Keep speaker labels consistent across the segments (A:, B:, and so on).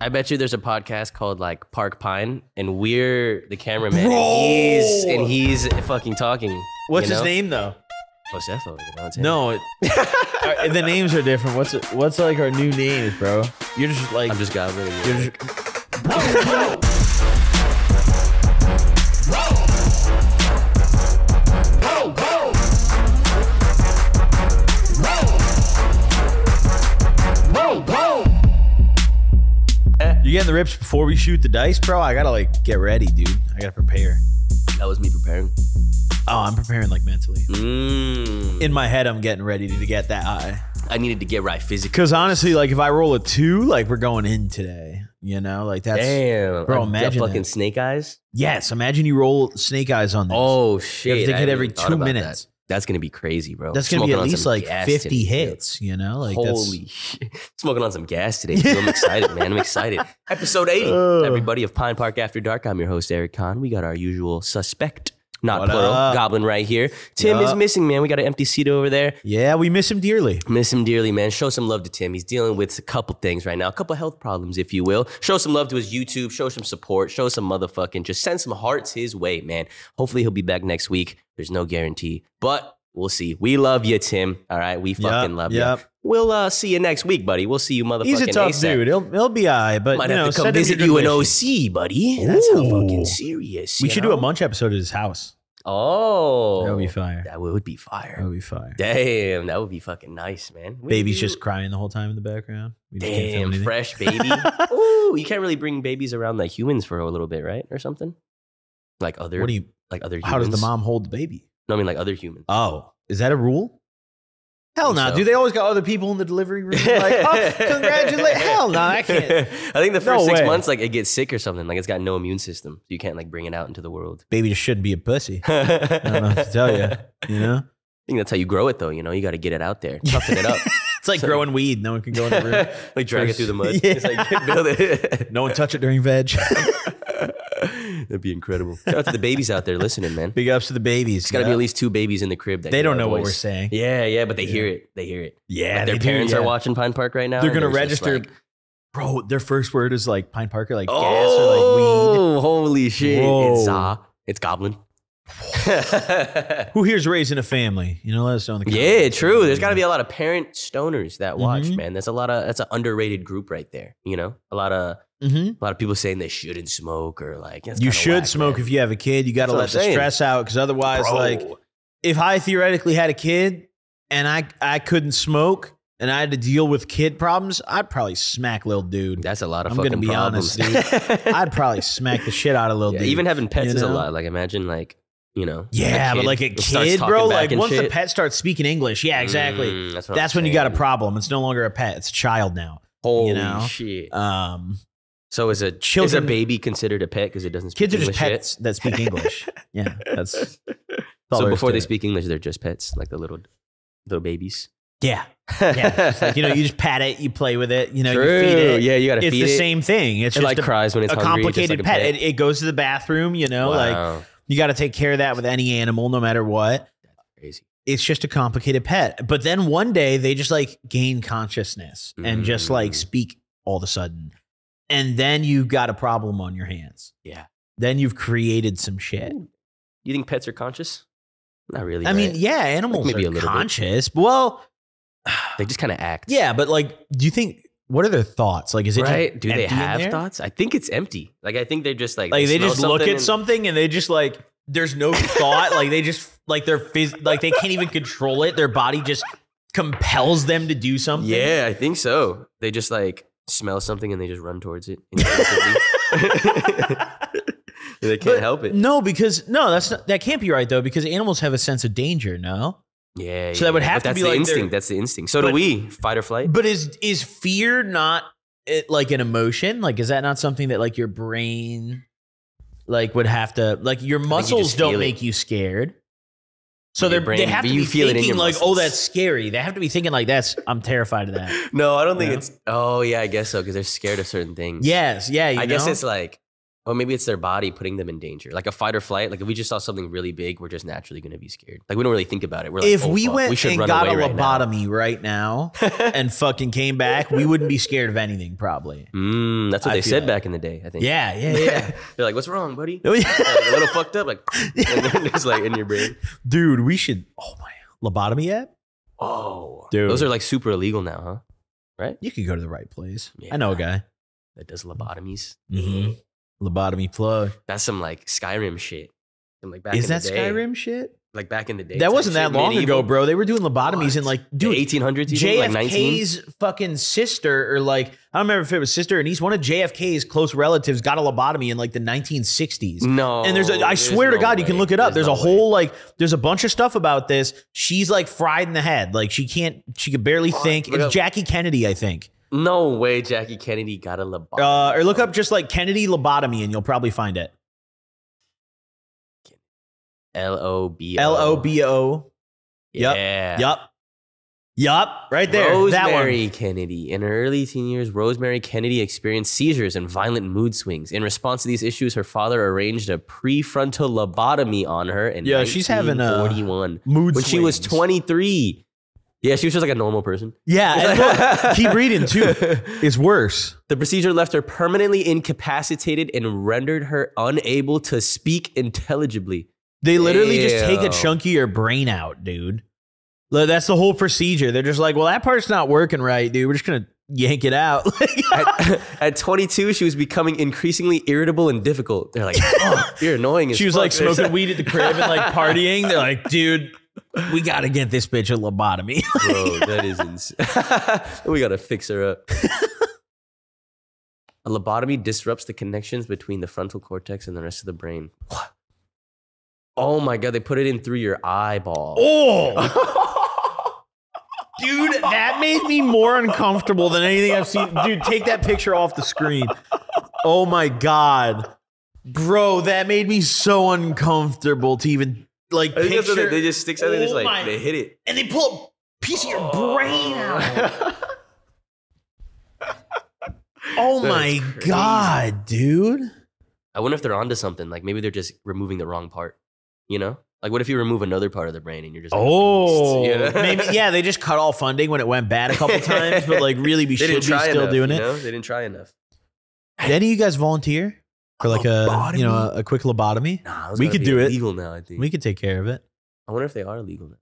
A: I bet you there's a podcast called like Park Pine, and we're the cameraman. And he's
B: Bro!
A: and he's fucking talking.
B: What's
A: you
B: his
A: know?
B: name though?
A: Oh, Seth Rogen, you know, it's him.
B: No, it, our- the names are different. What's what's like our new names, bro? You're just like
A: I'm just gobbling.
B: you're
A: it.
B: just, you getting the rips before we shoot the dice, bro. I gotta like get ready, dude. I gotta prepare.
A: That was me preparing.
B: Oh, I'm preparing like mentally.
A: Mm.
B: In my head, I'm getting ready to get that high.
A: I needed to get right physically.
B: Because honestly, like if I roll a two, like we're going in today. You know, like that's
A: Damn,
B: Bro,
A: I- that
B: imagine
A: fucking
B: that.
A: snake eyes.
B: yes. Imagine you roll snake eyes on this.
A: Oh shit!
B: to
A: I
B: hit
A: hadn't
B: every
A: even thought
B: two
A: about that.
B: minutes.
A: That's gonna be crazy, bro.
B: that's gonna be
A: Smoking
B: at
A: on
B: least
A: some
B: like
A: gas
B: 50
A: today, too.
B: hits. You know, like
A: Holy shit. Smoking on some gas today. Too. I'm excited, man. I'm excited. Episode 80.
B: Ugh.
A: Everybody of Pine Park After Dark. I'm your host, Eric Kahn. We got our usual suspect, not
B: What
A: plural,
B: up?
A: goblin right here. Tim is
B: Yup.
A: missing, man. We got an empty seat over there.
B: that's yeah. We miss him dearly.
A: Miss him dearly, man. Show some love to Tim. He's dealing with a couple things right now, a couple health problems, if you will. Show some love to his YouTube. Show some support. Show some motherfucking. Just send some hearts his way, man. Hopefully he'll be back next week. There's no guarantee, but we'll see. We love you, Tim. All right, we fucking
B: Yup,
A: love
B: yup.
A: you. We'll uh, see you next week, buddy. We'll see you, motherfucking.
B: He's a tough
A: ASAP.
B: dude. He'll, he'll be all right, but
A: Might
B: you know,
A: have to come
B: send him
A: visit
B: your
A: you
B: good
A: in
B: wishes.
A: OC, buddy. That's how
B: Ooh.
A: fucking serious.
B: We
A: you
B: should do
A: know?
B: a munch episode at his house.
A: Oh,
B: That would be fire.
A: That would be fire.
B: That would be fire.
A: Damn, that would be fucking nice, man. We do-
B: Baby's just crying the whole time in the background. We just can't film
A: Damn,
B: anything.
A: fresh baby. Ooh, you can't really bring babies around like humans for a little bit, right, or something? Like other,
B: What do you?
A: like other. Humans.
B: How does the mom hold the baby?
A: No, I mean like other humans.
B: Oh, is that a rule? Hell
A: Think
B: no,
A: so.
B: dude. They always got other people in the delivery room. Like, oh, congratulate. Hell no, I can't.
A: I think the first
B: No
A: six
B: way.
A: months, like it gets sick or something. Like it's got no immune system, so you can't like bring it out into the world.
B: Baby just shouldn't be a pussy.
A: I
B: don't know what to tell ya. You know,
A: I think that's how you grow it, though. You know, you got to get it out there, toughen it up,
B: it's like growing weed. No one can go in the room.
A: like drag it through the mud.
B: Yeah.
A: It's like build it.
B: No one touch it during veg.
A: That'd be incredible. Shout out to the babies out there listening, man.
B: Big ups to the babies.
A: It's got to be at least two babies in the crib. That
B: They
A: hear
B: don't
A: our
B: know what
A: voice.
B: we're saying.
A: Yeah, yeah, but they
B: Yeah.
A: hear it. They hear it.
B: Yeah,
A: Like, their
B: they do,
A: parents
B: yeah.
A: are watching Pine Park right now.
B: They're
A: and
B: gonna
A: there's just,
B: register.
A: like,
B: Bro, their first word is like Pine Parker, like gas or like weed.
A: oh, holy shit! It's
B: Whoa.
A: Za. It's Goblin.
B: Who here's raised in a family? You know, let us know in the comments.
A: yeah, true. There's got to be a lot of parent stoners that watch,
B: Mhm.
A: man. That's a lot of. That's an underrated group right there. You know, a lot of
B: hmm
A: a lot of people saying they shouldn't smoke or like that's
B: You
A: kinda
B: should
A: whack,
B: smoke
A: man.
B: if you have a kid. You got
A: That's
B: to
A: what
B: let
A: I'm
B: the
A: saying.
B: stress out because otherwise,
A: Bro.
B: like, if I theoretically had a kid and I I couldn't smoke and I had to deal with kid problems, I'd probably smack little dude.
A: that's a lot of
B: I'm gonna
A: fucking
B: be
A: problems.
B: honest,
A: dude.
B: I'd probably smack the shit out of little
A: Yeah,
B: dude.
A: even having pets
B: you
A: is a
B: know?
A: lot. Like imagine like you know. a
B: yeah, but
A: kid
B: like a
A: who starts
B: kid,
A: talking
B: bro.
A: back
B: Like
A: and
B: once the
A: shit.
B: pet starts speaking English, yeah, exactly.
A: Mm, that's what
B: That's
A: I'm
B: when you got a
A: saying.
B: problem. It's no longer a pet; it's a child now.
A: Holy
B: you know?
A: shit!
B: Um,
A: so is a is a
B: children-
A: baby considered a pet because it doesn't speak
B: kids are just
A: English
B: pets that speak English. yeah, that's, that's all
A: so
B: there is
A: before
B: to
A: they
B: it.
A: speak English, they're just pets, like the little little babies.
B: Yeah, yeah. It's like, you know, you just pat it, you play with it, you know, you feed
A: True.
B: it.
A: Yeah, you gotta
B: it's
A: feed
B: the
A: it.
B: same thing. It's
A: It
B: just
A: like
B: a
A: cries when it's
B: a
A: hungry, just like
B: complicated
A: a
B: pet. It, it goes to the bathroom, you know, like
A: Wow.
B: you got to take care of that with any animal, no matter what.
A: crazy.
B: It's just a complicated pet. But then one day they just like gain consciousness and just like
A: Mm.
B: speak all of a sudden. And then you got a problem on your hands.
A: Yeah.
B: Then you've created some shit.
A: You think pets are conscious? Not really.
B: I mean,
A: right?
B: yeah, animals
A: maybe a
B: are
A: little bit.
B: conscious. but Well,
A: they just kind of act.
B: yeah, but like, do you think what are their thoughts? Like, is it just
A: right? Do
B: empty
A: they
B: in
A: have
B: there?
A: thoughts? I think it's empty. Like I think they're just like
B: like they
A: smell
B: just look at
A: and-
B: something and they just like there's no thought like they just like they're phys- like they can't even control it their body just compels them to do something
A: Yeah, I think so. They just like smell something and they just run towards it. instinctively. they can't
B: But-
A: help it.
B: no because no that's not, that can't be right though because animals have a sense of danger no
A: yeah.
B: So that would
A: yeah, yeah.
B: have
A: But
B: to
A: that's
B: be
A: the
B: like their-
A: instinct. That's the instinct. So do
B: But-
A: we. Fight or flight.
B: but is is fear not it, like an emotion like is that not something that like your brain like would have to like your muscles
A: just
B: don't
A: feel it.
B: make you scared so
A: Your
B: they're, they
A: brain-
B: have to
A: you
B: be
A: feel it in
B: thinking
A: your
B: like, oh,
A: muscles.
B: that's scary. They have to be thinking like, that's I'm terrified of that.
A: No, I don't think
B: Yeah.
A: it's. Oh yeah, I guess so because they're scared of certain things.
B: Yes, yeah. You
A: I guess
B: know?
A: it's like or maybe it's their body putting them in danger. Like a fight or flight. Like if we just saw something really big, we're just naturally going to be scared. Like we don't really think about it. We're like,
B: if
A: oh,
B: we
A: fuck,
B: went
A: we should
B: and
A: run
B: got a
A: away right now.
B: lobotomy right now and fucking came back, we wouldn't be scared of anything, probably.
A: Mm, that's what
B: I
A: they
B: feel
A: said
B: that.
A: back in the day. I think.
B: Yeah, yeah, yeah.
A: They're like, "What's wrong, buddy?"
B: Oh,
A: Like, a
B: yeah.
A: little fucked up, like, and then it's like in your brain.
B: Dude, we should. Oh my, lobotomy app.
A: Oh,
B: Dude.
A: those are like super illegal now, huh?
B: You could go to the right place.
A: Yeah. Mm-hmm.
B: I know a guy.
A: That does lobotomies.
B: Mhm. Lobotomy plug.
A: That's some like Skyrim shit. And like back
B: Is
A: in
B: that
A: the day,
B: Skyrim shit?
A: Like back in the day,
B: that wasn't that long ago, bro. They were doing lobotomies
A: What?
B: in like,
A: Dude,
B: dude,
A: eighteen hundreds, like nineteen.
B: JFK's fucking sister, or like, I don't remember if it was sister, and he's one of JFK's close relatives, got a lobotomy in like the 1960s.
A: No,
B: and there's, a, I swear to
A: Mm. Oh, no
B: God, you can
A: way.
B: look it up. There's,
A: no
B: a
A: way.
B: whole like, there's a bunch of stuff about this. She's like fried in the head. Like, she can't, she could barely
A: Fuck,
B: think.
A: look
B: It's
A: up-
B: Jackie Kennedy, I think.
A: No way, Jackie Kennedy got a lobotomy.
B: Uh, or look up just like Kennedy lobotomy, and you'll probably find it.
A: L O B
B: L O B O. Yep.
A: Yeah.
B: Yup. Yup. Right there. that one.
A: Rosemary Kennedy. In her early teen years, Rosemary Kennedy experienced seizures and violent mood swings. In response to these issues, her father arranged a prefrontal lobotomy on her in
B: Yeah, she's having, uh,
A: 41
B: Mood
A: when she was
B: swings.
A: 23. Yeah, she was just like a normal person.
B: Yeah. Uh, and look, keep reading too. It's worse.
A: The procedure left her permanently incapacitated and rendered her unable to speak intelligibly.
B: They literally just take a
A: Ew.
B: chunk of your brain out, dude. Like, That's the whole procedure. They're just like, well, that part's not working right, dude. We're just gonna yank it out.
A: At, at 22, she was becoming increasingly irritable and difficult. They're like, oh, you're annoying as
B: she was
A: fuck."
B: like
A: There's-
B: smoking weed at the crib and like partying. They're like, dude, we gotta get this bitch a lobotomy.
A: Bro, that is insane. we gotta fix her up. a lobotomy disrupts the connections between the frontal cortex and the rest of the brain. What? Oh my god, they put it in through your eyeball.
B: oh. Dude, that made me more uncomfortable than anything I've seen. Dude, take that picture off the screen. Oh my god. Bro, that made me so uncomfortable to even like
A: I think that's
B: picture.
A: what they, they just stick something. it's
B: Oh
A: like
B: my-
A: they hit it.
B: and they pull a piece of your brain out. Oh
A: That
B: my
A: is crazy.
B: god, dude.
A: I wonder if they're onto something. Like maybe they're just removing the wrong part. You know, like what if you remove another part of the brain and you're just like a
B: Oh,
A: beast, you know?
B: maybe yeah. They just cut all funding when it went bad a couple times, but like really,
A: they
B: we should be
A: didn't try
B: still
A: enough,
B: doing
A: you
B: it.
A: know? They didn't try enough.
B: Did any of you guys volunteer for like a you know a, a quick lobotomy?
A: Nah, those
B: We
A: gotta
B: could
A: be
B: do it.
A: Legal now, I think.
B: We could take care of it.
A: I wonder if they are legal now.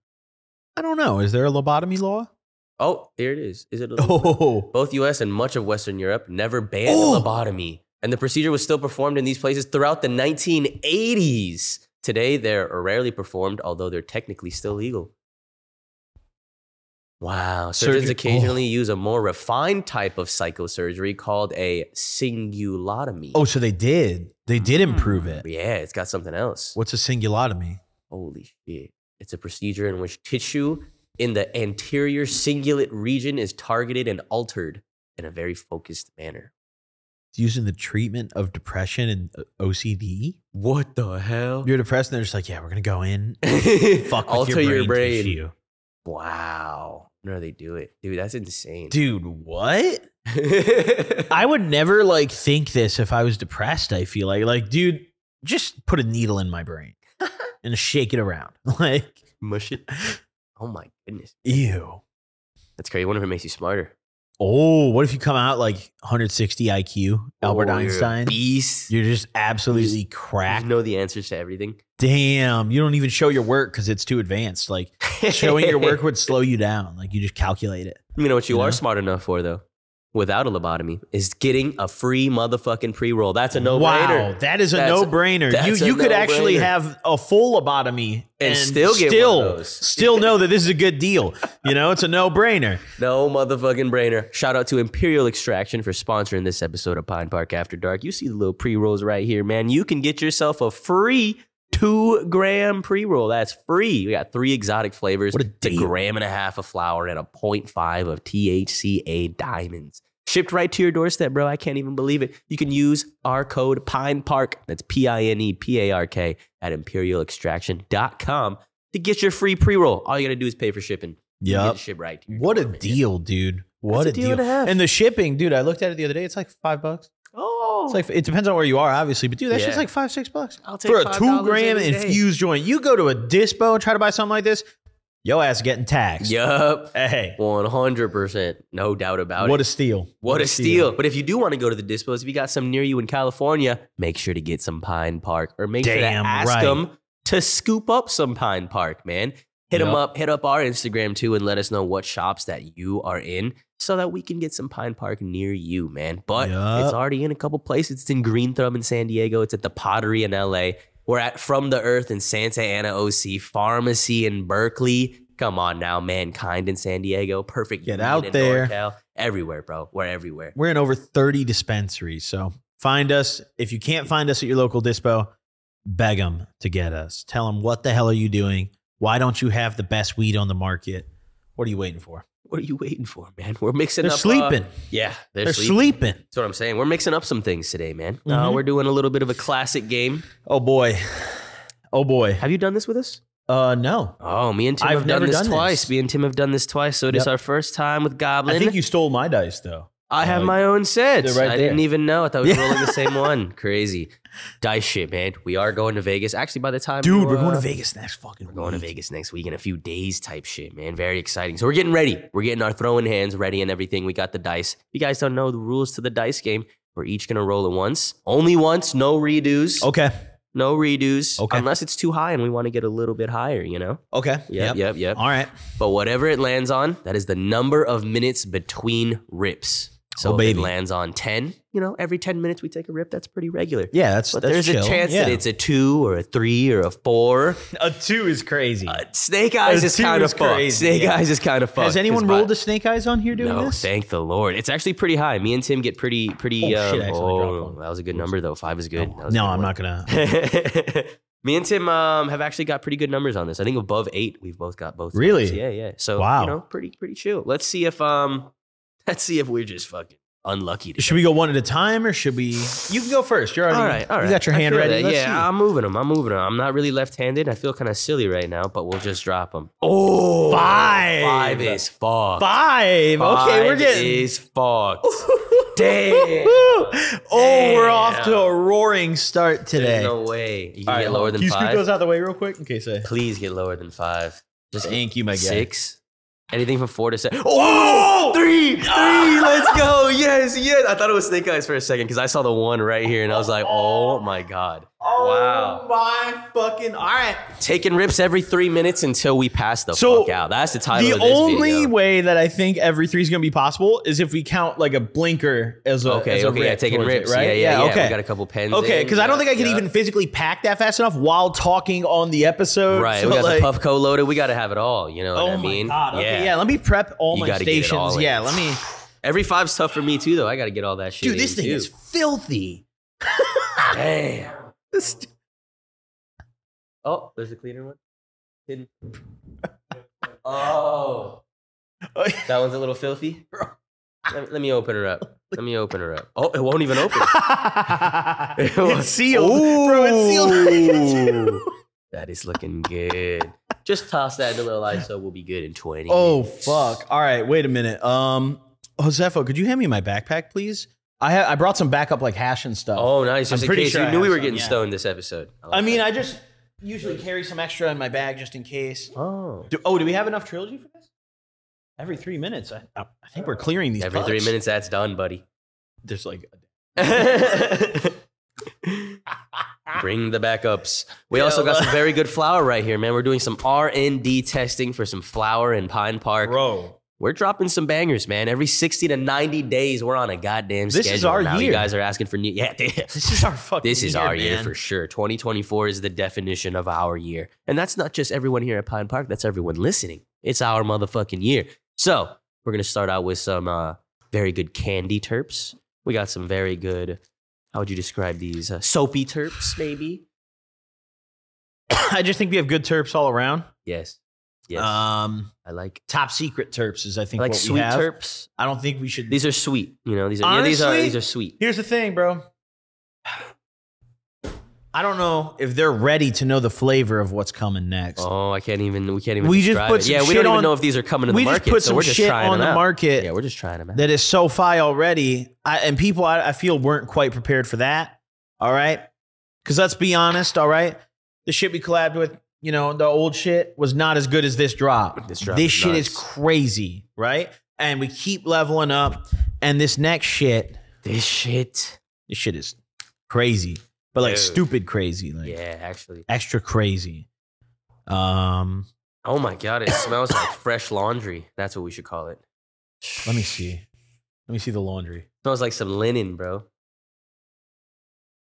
B: I don't know. Is there a lobotomy law?
A: Oh, there it is. Is it? illegal?
B: Oh,
A: Both U.S. and much of Western Europe never banned
B: Oh.
A: lobotomy, and the procedure was still performed in these places throughout the 1980s. Today, they're rarely performed, although they're technically still legal. Wow. Surgeons
B: Surgery- Oh.
A: occasionally use a more refined type of psychosurgery called a singulotomy.
B: oh, so they did. They did
A: Mm-hmm.
B: improve it.
A: yeah, it's got something else.
B: What's a singulotomy?
A: Holy shit. It's a procedure in which tissue in the anterior cingulate region is targeted and altered in a very focused manner.
B: It's using the treatment of depression and uh, OCD.
A: What the hell?
B: You're depressed, and they're just like, yeah, we're gonna go in. Fuck with
A: Alter your
B: your brain,
A: brain.
B: tissue.
A: Wow. No, they do it. Dude, that's insane.
B: dude. What? I would never like think this if I was depressed. I feel like, like, dude, just put a needle in my brain and shake it around. Like,
A: Mush it. Oh my goodness.
B: ew.
A: That's crazy. I wonder if it makes you smarter.
B: Oh, what if you come out like 160 IQ, Albert
A: Or Oh, you're a
B: Einstein?
A: Beast.
B: You're just absolutely
A: You
B: cracked.
A: know the answers to everything.
B: Damn, you don't even show your work because it's too advanced. Like showing your work would slow you down. Like you just calculate it.
A: You know what you
B: You
A: are
B: know?
A: smart enough for though, without a lobotomy, is getting a free motherfucking pre roll. That's a no
B: wow,
A: brainer.
B: that is a
A: That's-
B: no-brainer. You
A: that's a
B: you could actually
A: no-brainer.
B: have a full lobotomy
A: And still get one of those.
B: still know that this is a good deal. You know, it's a no-brainer.
A: No motherfucking brainer. Shout out to Imperial Extraction for sponsoring this episode of Pine Park After Dark. You see the little pre rolls right here, man. You can get yourself a free two gram pre roll. That's free. We got three exotic flavors.
B: What a
A: It's
B: deal.
A: gram and a half of flour and a 0.5 of THCA diamonds. Shipped right to your doorstep, bro. I can't even believe it. You can use our code Pine Park. That's P I N E P A R K at imperialextraction.com to get your free pre roll. All you got to do is pay for shipping. You can
B: Yup.
A: Get ship right. to your
B: What a
A: door, man.
B: deal, dude. What
A: That's
B: a deal.
A: and a half.
B: And the shipping, dude, I looked at it the other day. It's like five bucks.
A: oh,
B: It's like it depends on where you are, obviously, but dude, that's
A: Yeah.
B: just like five, six bucks
A: I'll take
B: for a
A: $5
B: two gram
A: every day.
B: infused joint. You go to a dispo and try to buy something like this, yo ass getting taxed.
A: Yup.
B: Hey,
A: 100%. No doubt about it.
B: what a steal!
A: what a steal. But if you do want to go to the dispos, if you got some near you in California, make sure to get some Pine Park or make sure to
B: Damn
A: ask
B: right.
A: them to scoop up some Pine Park, man. Hit them
B: Yup.
A: up, hit up our Instagram too, and let us know what shops that you are in so that we can get some Pine Park near you, man. But it's
B: Yup.
A: already in a couple places. It's in Green Thumb in San Diego, it's at the Pottery in LA. We're at From the Earth in Santa Ana OC, Pharmacy in Berkeley. Come on now, mankind in San Diego. Perfect.
B: Get
A: Union
B: out
A: in
B: there.
A: NorCal. Everywhere, bro. We're everywhere.
B: We're in over thirty dispensaries, so find us if you can't find us at your local dispo. Beg them to get us. Tell them what the hell are you doing? Why don't you have the best weed on the market? What are you waiting for?
A: What are you waiting for, man? We're mixing
B: They're
A: up. uh,
B: sleeping.
A: yeah, they're,
B: They're
A: sleeping.
B: sleeping.
A: That's what I'm saying. We're mixing up some things today, man. Uh,
B: Mhm.
A: we're doing a little bit of a classic game.
B: Oh boy. Oh boy.
A: Have you done this with us?
B: Uh no.
A: Oh, me and Tim
B: I've
A: have done
B: never
A: this
B: done
A: twice.
B: this.
A: Me and Tim have done this twice. So it is
B: Yep.
A: our first time with Goblin.
B: I
A: I,
B: think you stole my dice though.
A: have
B: uh,
A: my own sets.
B: they're right
A: I
B: there.
A: didn't even know. I thought we were
B: Yeah.
A: rolling the same one. Crazy. Dice shit, man. We are going to Vegas. Actually, by the time
B: Dude,
A: you,
B: we're going to
A: uh,
B: Vegas next fucking
A: We're going to Vegas next week in a few days, type shit, man. Very exciting. So we're getting ready. We're getting our throwing hands ready and everything. We got the dice. If you guys don't know the rules to the dice game, we're each gonna roll it once, only once. No redos.
B: Okay.
A: No redos.
B: Okay.
A: Unless it's too high and we want to get a little bit higher, you know.
B: Okay.
A: Yep, yep, yep.
B: All right.
A: But whatever it lands on, that is the number of minutes between rips. So
B: Oh,
A: if
B: baby.
A: it lands on ten, you know, every ten minutes we take a rip. That's pretty regular.
B: Yeah, that's
A: But
B: that's
A: there's
B: chill.
A: a chance that
B: Yeah.
A: it's a two or a three or a four.
B: a two is crazy.
A: Uh, Snake Eyes
B: Uh,
A: is
B: two
A: kind of
B: is
A: fucked.
B: crazy,
A: Snake
B: yeah.
A: Eyes is kind of fucked.
B: Has anyone
A: 'cause my-
B: rolled the snake eyes on here doing
A: No,
B: this?
A: thank the Lord. It's actually pretty high. Me and Tim get pretty, pretty.
B: Oh,
A: um,
B: shit, I accidentally
A: oh,
B: dropped one.
A: that was a good number though. Five is good. That was a
B: no,
A: good
B: I'm
A: one.
B: not gonna.
A: Me and Tim um, have actually got pretty good numbers on this. I think above eight, we've both got both.
B: Really?
A: numbers. Yeah, yeah. So
B: Wow.
A: you know, pretty, pretty chill. Let's see if um, let's see if we're just fucking unlucky. Today.
B: Should we go one at a time or should we? You can go first. You're already.
A: All right, all right.
B: You got your
A: I
B: hand
A: feel
B: ready.
A: that.
B: Let's
A: Yeah,
B: see.
A: I'm moving them. I'm moving them. I'm not really left-handed. I feel kind of silly right now, but we'll just drop them.
B: Oh, five.
A: Five is fucked.
B: Five. okay, we're
A: Five
B: getting.
A: is fucked. Damn.
B: Woo! Oh, we're off
A: Damn.
B: to a roaring start today.
A: There's no way. You can
B: All right,
A: get lower
B: hold on.
A: than
B: Can you
A: five.
B: scoot those out of the way real quick in case I
A: Please get lower than five. Just
B: thank you, my guy.
A: six. Anything from four to seven.
B: Oh,
A: Three, three, let's go. Yes, yes. I thought it was snake eyes for a second because I saw the one right here and I was like, oh my God. Wow.
B: Oh my fucking! All right.
A: Taking rips every three minutes until we pass the
B: So,
A: fuck out. That's the title
B: The
A: of this
B: only
A: video.
B: way that I think every three is gonna be possible is if we count like a blinker as a
A: Okay,
B: as a
A: okay, yeah,
B: rip
A: taking
B: towards it,
A: rips.
B: right?
A: Yeah, yeah, yeah. We got a
B: Okay,
A: couple pens.
B: okay,
A: in.
B: because I don't think I can
A: Yeah.
B: even physically pack that fast enough while talking on the episode.
A: Right,
B: So,
A: we got
B: like,
A: the Puffco loaded. We got to have it all. You know
B: Oh
A: what I
B: my
A: mean?
B: god! Okay, yeah. let me prep all
A: You
B: my
A: gotta get it
B: stations.
A: all in.
B: yeah, let me.
A: Every five's tough for me too, though. I got to get all that shit.
B: Dude, this
A: in,
B: thing
A: too.
B: is filthy.
A: damn.
B: This-
A: Oh, there's a cleaner one. Hidden. oh, that one's a little filthy. Let, let me open her up. Let me open her up. Oh, it won't even open.
B: it's sealed, bro. It's sealed.
A: Ooh. that is looking good. Just toss that in a little ISO. We'll be good in 20.
B: Oh
A: minutes.
B: fuck! All right, wait a minute. Um, Josefo, could you hand me my backpack, please? I ha- I brought some backup like hash and stuff.
A: Oh, nice.
B: I'm
A: Just in
B: pretty
A: case
B: sure
A: you
B: I
A: knew we
B: have
A: were
B: some,
A: getting
B: yeah.
A: stoned this episode. like
B: I mean,
A: that.
B: I just usually carry some extra in my bag just in case.
A: oh.
B: Do, oh, do we have enough trilogy for this? Every three minutes, I I think we're clearing these.
A: Every three
B: pucks.
A: minutes, that's done, buddy.
B: there's like
A: Bring the backups. We
B: Yeah,
A: also got
B: well-
A: some very good flour right here, man. We're doing some R and D testing for some flour in Pine Park.
B: bro.
A: We're dropping some bangers, man. Every sixty to ninety days, we're on a goddamn
B: This is
A: schedule.
B: our
A: now. You
B: year.
A: guys are asking for new. Yeah, damn.
B: This is our fucking.
A: This is
B: year,
A: our year
B: man.
A: for sure. 2024 is the definition of our year. And that's not just everyone here at Pine Park, that's everyone listening. It's our motherfucking year. So we're going to start out with some uh, very good candy terps. We got some very good, how would you describe these? Uh, soapy terps, maybe?
B: I just think we have good terps all around.
A: Yes. Yes.
B: Um,
A: I like,
B: top secret terps is I
A: I
B: think
A: like
B: what
A: sweet
B: we have.
A: terps.
B: I don't think we should.
A: These are sweet. You know, these are, yeah, these are,
B: Honestly?
A: these are sweet.
B: Here's the thing, bro. I don't know if they're ready to know the flavor of what's coming next.
A: Oh, I can't even. We can't even.
B: We just
A: describe
B: put
A: it.
B: some
A: Yeah, we
B: shit
A: don't even
B: on-
A: know if these are coming to the
B: we
A: market.
B: just put
A: so
B: some
A: we're just
B: shit
A: trying
B: on
A: them
B: the
A: out.
B: market
A: Yeah, we're just trying them out.
B: that is so fi already, I, and people I, I feel weren't quite prepared for that. All right, because let's be honest. All right, the shit we collabed with, you know, the old shit was not as good as this drop.
A: This drop is
B: shit is
A: nuts.
B: crazy, right? And we keep leveling up, and this next shit,
A: this shit.
B: this shit is crazy, but like
A: Dude.
B: stupid crazy, like
A: Yeah, actually.
B: extra crazy. Um,
A: Oh my god, it smells like fresh laundry. That's what we should call it.
B: let me see, let me see the laundry.
A: Smells like some linen, bro.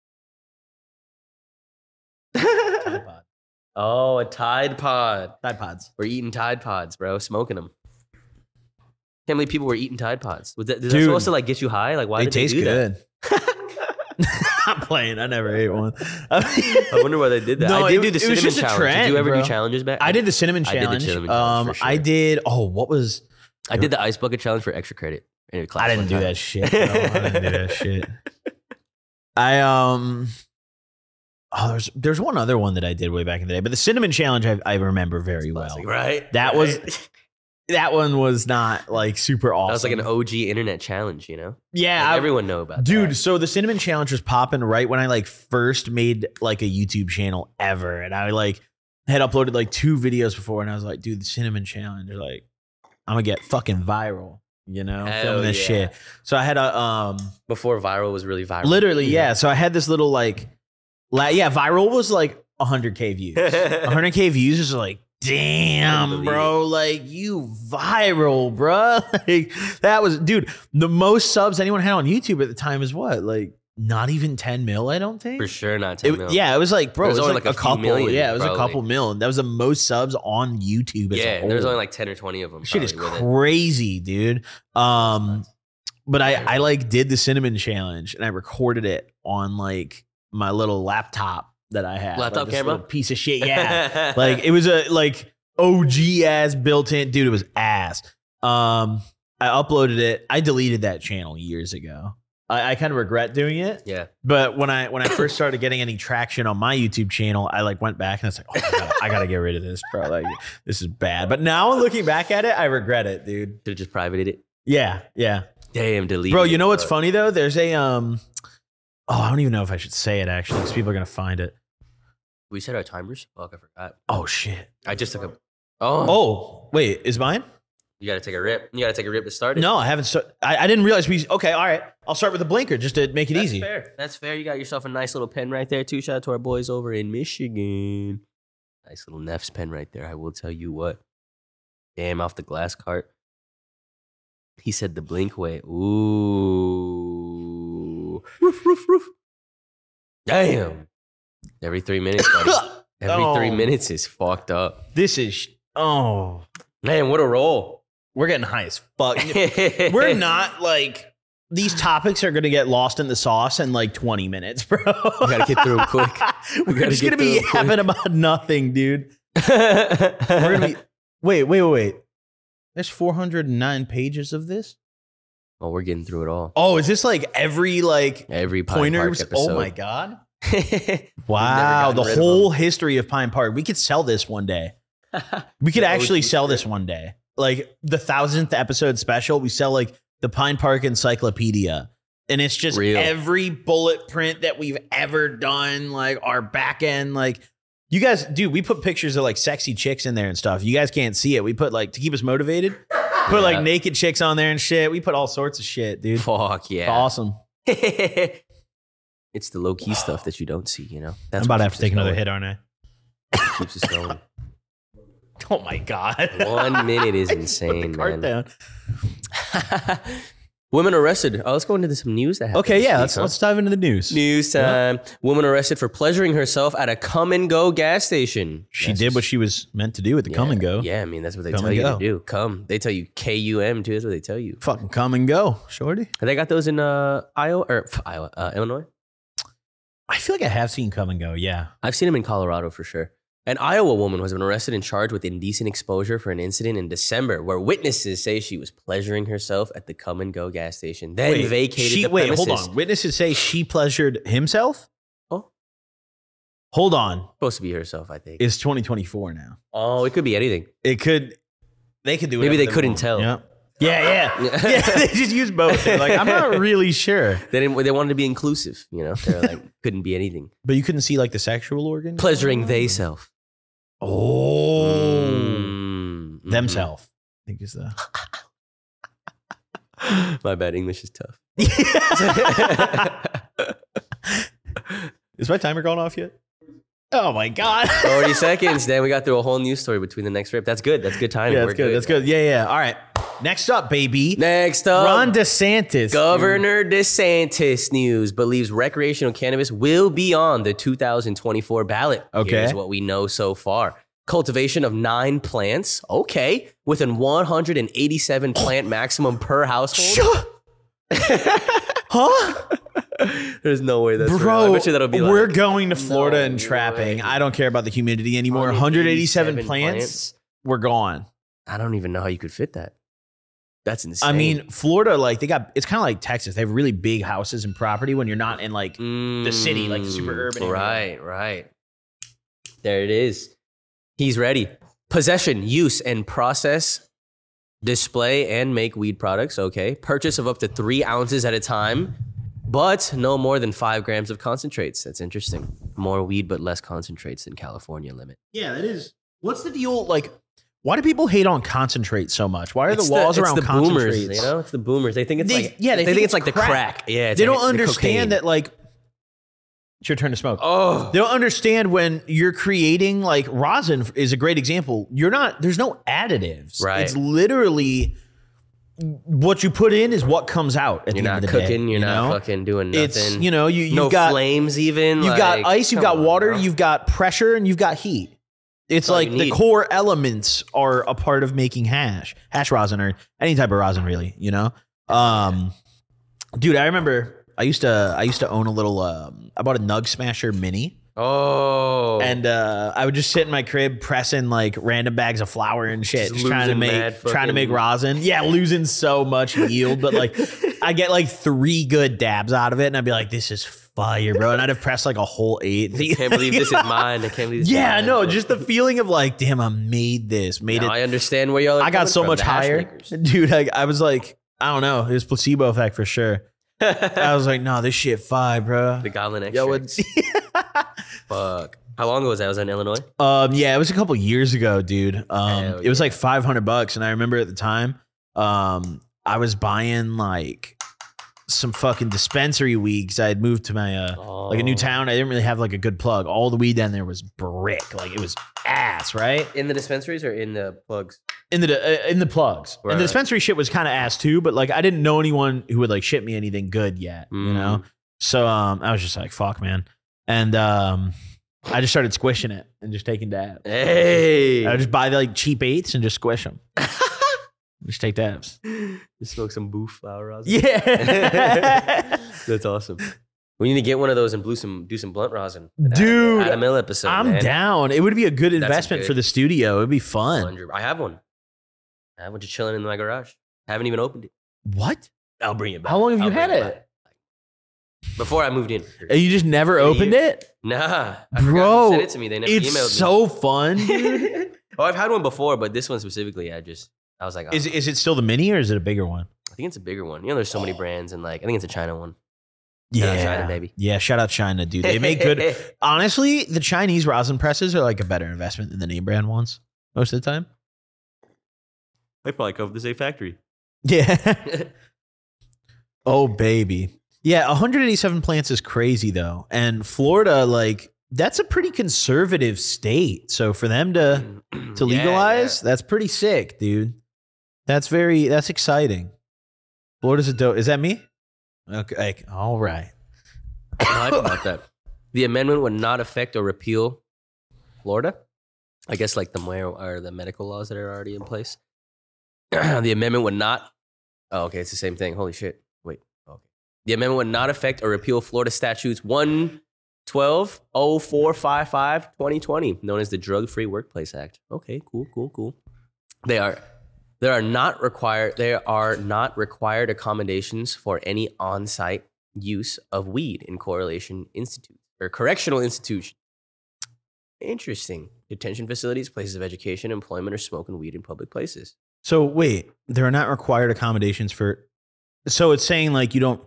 B: Tide Pod.
A: oh, a Tide Pod.
B: Tide Pods.
A: We're eating Tide Pods, bro. Smoking them. Can't believe people were eating Tide Pods. Was that, is that
B: Dude.
A: supposed to like get you high? Like, why
B: they
A: did
B: taste
A: they do
B: good. I'm playing. I never ate one. I,
A: that? I wonder why they did that.
B: No,
A: I did
B: it-
A: do the
B: it was
A: cinnamon
B: just a
A: challenge. did
B: trend,
A: you ever
B: bro.
A: do challenges back?
B: did the cinnamon
A: I did the
B: challenge.
A: cinnamon
B: um,
A: challenge for
B: I
A: sure.
B: did. Oh, what was?
A: I did the ice bucket challenge for extra credit. In a class
B: I didn't
A: one
B: do
A: time.
B: that shit. bro. I didn't do that shit. I um. Oh, there's there's one other one that I did way back in the day, but the cinnamon challenge I, I remember very well.
A: Classic, right?
B: That was-
A: Right?
B: That one was not like super awesome.
A: that was like an OG internet challenge, you know?
B: yeah,
A: Like,
B: I-
A: everyone know about
B: dude
A: that.
B: so the cinnamon challenge was popping right when i like first made like a youtube channel ever and i like had uploaded like two videos before and i was like dude the cinnamon challenge like i'm gonna get fucking viral you know
A: Hell
B: filming this
A: yeah.
B: shit so i had a um
A: Before viral was really viral.
B: literally yeah so i had this little like la- yeah viral was like 100k views 100k views is like damn
A: Couldn't believe
B: bro like you viral bro like that was dude the most subs anyone had on youtube at the time is what like not even 10 mil i don't think
A: For sure not 10
B: It-
A: mil.
B: yeah it was like bro
A: It
B: it
A: was
B: was,
A: only
B: like,
A: like
B: a,
A: a few
B: couple
A: million,
B: yeah it was a
A: probably.
B: couple mil that was the most subs on youtube as a
A: Yeah,
B: whole.
A: there's only like 10 or 20 of them.
B: shit is
A: probably with
B: crazy dude um but i i like did the cinnamon challenge and i recorded it on like my little laptop that i had
A: Laptop
B: like, this
A: camera?
B: little piece of
A: it.
B: shit yeah like it was a like OG ass built in dude. It was ass. Um, I uploaded it. I deleted that channel years ago. I, I kind of regret doing it.
A: yeah.
B: But when I when I first started getting any traction on my YouTube channel, I like went back and it's like, oh, I gotta, I gotta get rid of this, bro. Like this is bad. But now looking back at it, I regret it, dude.
A: Should have just privated it.
B: Yeah, yeah,
A: Damn, delete.
B: bro.
A: it,
B: You know what's
A: bro.
B: funny though? There's a um. Oh, I don't even know if I should say it actually because people are gonna find it.
A: We set our timers. Fuck, I forgot.
B: Oh shit.
A: I just took a. Oh,
B: Oh wait, is mine?
A: you got to take a rip. You got to take a rip to start it.
B: No, I haven't. Start, I, I didn't realize we. Okay, all right. I'll start with a blinker just to make it
A: That's
B: easy.
A: fair. That's fair. You got yourself a nice little pen right there, too. Shout out to our boys over in Michigan. Nice little Neff's pen right there. I will tell you what. Damn, off the glass cart. He said the blink way. Ooh. Roof, roof, roof. Damn. Every three minutes, buddy. Every three
B: Oh.
A: minutes is fucked up.
B: this is. sh- Oh,
A: Man, what a roll.
B: we're getting high as fuck. we're
A: We're
B: not like these topics are gonna get lost in the sauce in like twenty minutes, bro. We
A: gotta get through 'em quick. We
B: We're
A: gotta
B: just
A: get
B: gonna be
A: through 'em
B: yapping about nothing, dude.
A: We're
B: We're gonna be. wait, wait, wait, wait. There's 409 pages of this.
A: Oh, we're getting through it all.
B: Oh, is this like every like
A: Every Pine
B: pointers?
A: Park episode.
B: Oh my god.
A: god.
B: Wow,
A: gotten
B: the
A: rid of
B: whole history of Pine Park. We could sell this one day. We could
A: The
B: actually
A: OG
B: sell this one day. Like the thousandth episode special, we sell like the Pine Park Encyclopedia. And it's just
A: Real.
B: every bullet print that we've ever done, like our back end. Like, you guys, dude, we put pictures of like sexy chicks in there and stuff. You guys can't see it. We put like, to keep us motivated, put
A: Yeah.
B: like naked chicks on there and shit. We put all sorts of shit, dude.
A: Fuck yeah.
B: Awesome.
A: it's the low key stuff that you don't see, you know? That's
B: I'm about
A: what
B: to have to
A: keeps
B: take
A: us
B: another
A: going.
B: hit, aren't I?
A: Keeps us going.
B: Oh my God.
A: One minute is
B: I just put the
A: insane,
B: cart
A: man.
B: down.
A: Women arrested. Oh, let's go into some news that happened.
B: Okay,
A: this
B: yeah,
A: week,
B: let's
A: huh?
B: let's dive into the news.
A: News time. Woman arrested for pleasuring herself at a come and go gas station.
B: She
A: That's
B: did
A: just-
B: what she was meant to do with the come and go.
A: Yeah, I mean that's what they
B: Come
A: tell
B: and
A: you to
B: go.
A: do. Come. They tell you K U M too. That's what they tell you.
B: Fucking come and go, shorty.
A: They got those in uh, Iowa or pff, Iowa, uh, Illinois.
B: I feel like I have seen come and go. Yeah.
A: I've seen them in Colorado for sure. An Iowa woman has been arrested and charged with indecent exposure for an incident in December where witnesses say she was pleasuring herself at the come and go gas station, then vacated
B: she,
A: the
B: wait,
A: premises.
B: hold on. Witnesses say she pleasured himself.
A: Oh.
B: Hold on.
A: Supposed to be herself, I think.
B: It's 2024 now.
A: oh, it could be anything.
B: It could. They could do
A: Maybe
B: whatever
A: they couldn't
B: want.
A: tell.
B: Yep. Yeah, yeah,
A: Yeah.
B: yeah. They just use both. They're like I'm not really sure,
A: They didn't. They wanted to be inclusive. You know, they're like couldn't be anything.
B: but you couldn't see like the sexual organ
A: Pleasuring they self.
B: Mm. Oh,
A: Mm, mhm.
B: themself. I think is the
A: My bad. English is tough.
B: is my timer going off yet? Oh my god.
A: Forty seconds. Then we got through a whole news story between the next rip. That's good. That's good timing.
B: yeah,
A: We're
B: that's good. That's good. Yeah, yeah. All right. Next up, baby.
A: Next up,
B: Ron DeSantis.
A: Governor DeSantis news believes recreational cannabis will be on the 2024 ballot.
B: Okay.
A: Here's what we know so far. Cultivation of nine plants, okay, with an 187 plant maximum per household.
B: Shut- huh?
A: There's no way that's
B: Bro,
A: real. I bet you that'll be
B: we're
A: like
B: going to Florida
A: No
B: and trapping.
A: way.
B: I don't care about the humidity anymore. 187, plants, we're gone.
A: I don't even know how you could fit that. That's insane.
B: I mean, Florida, like they got, it's kind of like Texas. They have really big houses and property when you're not in
A: Mm.
B: like,
A: the
B: city, like the super urban
A: Mm,
B: area.
A: Right, right. There it is. He's ready. Possession, use, and process, display, and make weed products. Okay. Purchase of up to three ounces at a time, but no more than five grams of concentrates. That's interesting. More weed, but less concentrates than California limit.
B: yeah, that is. What's the deal? Like, why do people hate on concentrate so much? Why are
A: It's
B: the walls
A: it's
B: around
A: the boomers?
B: concentrates?
A: You know, it's the boomers. They think it's
B: They-
A: like
B: yeah, they think it's
A: like the
B: crack.
A: crack. Yeah, it's
B: They
A: like
B: don't
A: the cocaine.
B: understand that, like, it's your turn to smoke.
A: Oh,
B: They don't understand when you're creating like rosin is a great example. You're not there's no additives.
A: Right.
B: It's literally what you put in is what comes out at
A: you're
B: the
A: not
B: end of the
A: cooking.
B: day.
A: you're
B: you
A: not
B: know?
A: fucking doing nothing.
B: It's you know you you've
A: no
B: got
A: flames even.
B: you've
A: like,
B: got ice, you've
A: come
B: got
A: on,
B: water,
A: bro.
B: you've got pressure, and you've got heat. It's
A: all
B: like
A: you
B: the
A: need.
B: core elements are a part of making hash, hash rosin or any type of rosin, really. You know, um, dude, I remember I used to I used to own a little. Um, I bought a Nug Smasher Mini.
A: Oh,
B: and uh, I would just sit in my crib pressing like random bags of flour and shit,
A: Just
B: just trying to
A: losing mad
B: make
A: fucking-
B: trying to make rosin. Yeah, losing so much yield, but like I get like three good dabs out of it, and I'd be like, "This is fire, bro!" And I'd have pressed like a whole eight.
A: I can't believe this is mine. I can't believe. This is
B: yeah,
A: mine.
B: no, just the feeling of like, "Damn, I made this, made
A: Now
B: it."
A: I understand where y'all. Are
B: I got
A: coming
B: so
A: from,
B: much
A: the hash
B: higher,
A: makers.
B: dude. I, I was like, I don't know, it was placebo effect for sure. I was like, "No, this shit fire, bro."
A: the Goblin X.
B: Yo,
A: Fuck. How long ago was that? Was that in Illinois?
B: Um, yeah, it was a couple years ago, dude. Um,
A: Hell
B: it was like five hundred bucks, and I remember at the time, um, I was buying like some fucking dispensary weed 'cause I had moved to my uh,
A: Oh.
B: like a new town. I didn't really have like a good plug. All the weed down there was brick, like it was ass, right?
A: Oh. In the dispensaries or in the plugs?
B: In the uh, in the plugs,
A: Right.
B: and the dispensary shit was kind of ass too. But like, I didn't know anyone who would like ship me anything good yet, you
A: Mm.
B: know. So um, I was just like, fuck, man, and um, I just started squishing it and just taking dabs.
A: Hey,
B: I would just buy the, like cheap eights and just squish them. just take dabs.
A: just smoke some boof flower. rosin.
B: Yeah,
A: that's awesome. We need to get one of those and blue some do some blunt rosin.
B: Dude,
A: Adam Mill episode.
B: I'm
A: man.
B: down. It would be a good
A: a
B: investment
A: good-
B: for the studio. It'd be fun.
A: 100. I have one. I have one just chilling in my garage. haven't even opened it.
B: What?
A: I'll bring it back.
B: How long have
A: I'll
B: you
A: bring
B: had it?
A: back. Before I moved in.
B: And you just never
A: Yeah,
B: opened
A: you-
B: it?
A: Nah, I
B: Bro,
A: Bro, sent it to me. They never emailed me.
B: It's so fun. dude.
A: oh, I've had one before, but this one specifically, I just I was like, oh,
B: is is it still the mini or is it a bigger one?
A: I think it's a bigger one. You know, there's so many brands, and like I think it's a China one. Shout out
B: Oh. Yeah,
A: China, baby.
B: Yeah, shout out China, dude. They make good. Honestly, the Chinese rosin presses are like a better investment than the name brand ones most of the time.
A: They probably come from the same factory.
B: Yeah. Oh baby. Yeah, 187 plants is crazy though. And Florida like that's a pretty conservative state. So for them to
A: Mm.
B: to legalize, that's pretty sick, dude. That's very that's exciting. Florida's a dope. Is that me? Okay, like, all right.
A: hype about that. The amendment would not affect or repeal Florida. I guess like the more or the medical laws that are already in place. the amendment would not. Oh, okay, it's the same thing. Holy shit! Wait. oh, Okay. The amendment would not affect or repeal Florida statutes one. oh 12 2020 known as the Drug Free Workplace Act. Okay, cool, cool, cool. They are there are not required there are not required accommodations for any on-site use of weed in correlation institute or correctional institution Interesting. Detention facilities, places of education, employment, or smoking weed in public places.
B: So wait, there are not required accommodations for. So it's saying like you don't.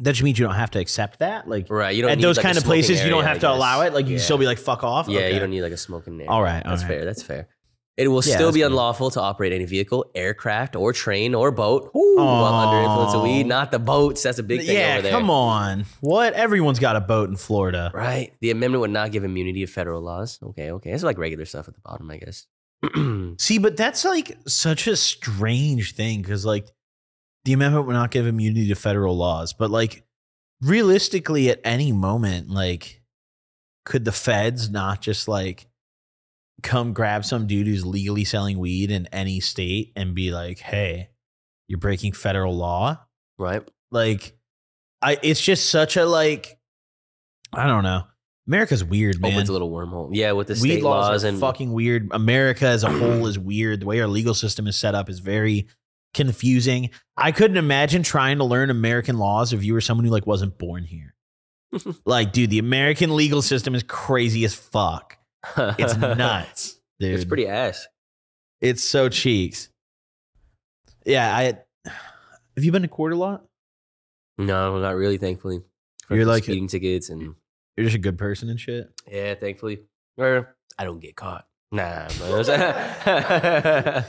B: That just means you don't have to accept that. Like
A: Right. You don't
B: at
A: need,
B: those
A: like, a
B: kind of
A: smoking
B: places, you don't
A: area,
B: have
A: I
B: to allow
A: guess.
B: it. Like you
A: yeah.
B: can still be like fuck off.
A: Yeah,
B: Okay.
A: you don't need like a smoking area.
B: All right, all
A: That's
B: right.
A: fair. That's fair. It will
B: Yeah,
A: still
B: that's
A: be
B: fair.
A: unlawful to operate any vehicle, aircraft, or train or boat Ooh, while under influence of
B: Aw.
A: weed. Not the boats. That's a big thing
B: yeah,
A: over there.
B: come on. What? Everyone's got a boat in Florida.
A: Right. The amendment would not give immunity to federal laws. Okay, okay. It's like regular stuff at the bottom, I guess.
B: See, but that's like such a strange thing because like the amendment would not give immunity to federal laws, but like realistically, at any moment, like could the feds not just like come grab some dude who's legally selling weed in any state and be like, "Hey, you're breaking federal law."
A: right.
B: Like, I it's just such a like, I don't know. America's weird, man.
A: Opens a little wormhole. Yeah, with the
B: Weed
A: state
B: laws,
A: laws,
B: are
A: and
B: fucking weird. America as a whole is weird. The way our legal system is set up is very confusing. I couldn't imagine trying to learn American laws if you were someone who like wasn't born here. like, dude, the American legal system is crazy as fuck. It's nuts, dude.
A: It's pretty ass.
B: It's so cheeks. Yeah, I. Have you been to court a lot?
A: No, not really. Thankfully, For
B: You're
A: the
B: like-
A: speeding tickets and
B: You're just a good person and shit.
A: yeah, thankfully, or I don't get caught. Nah, bro.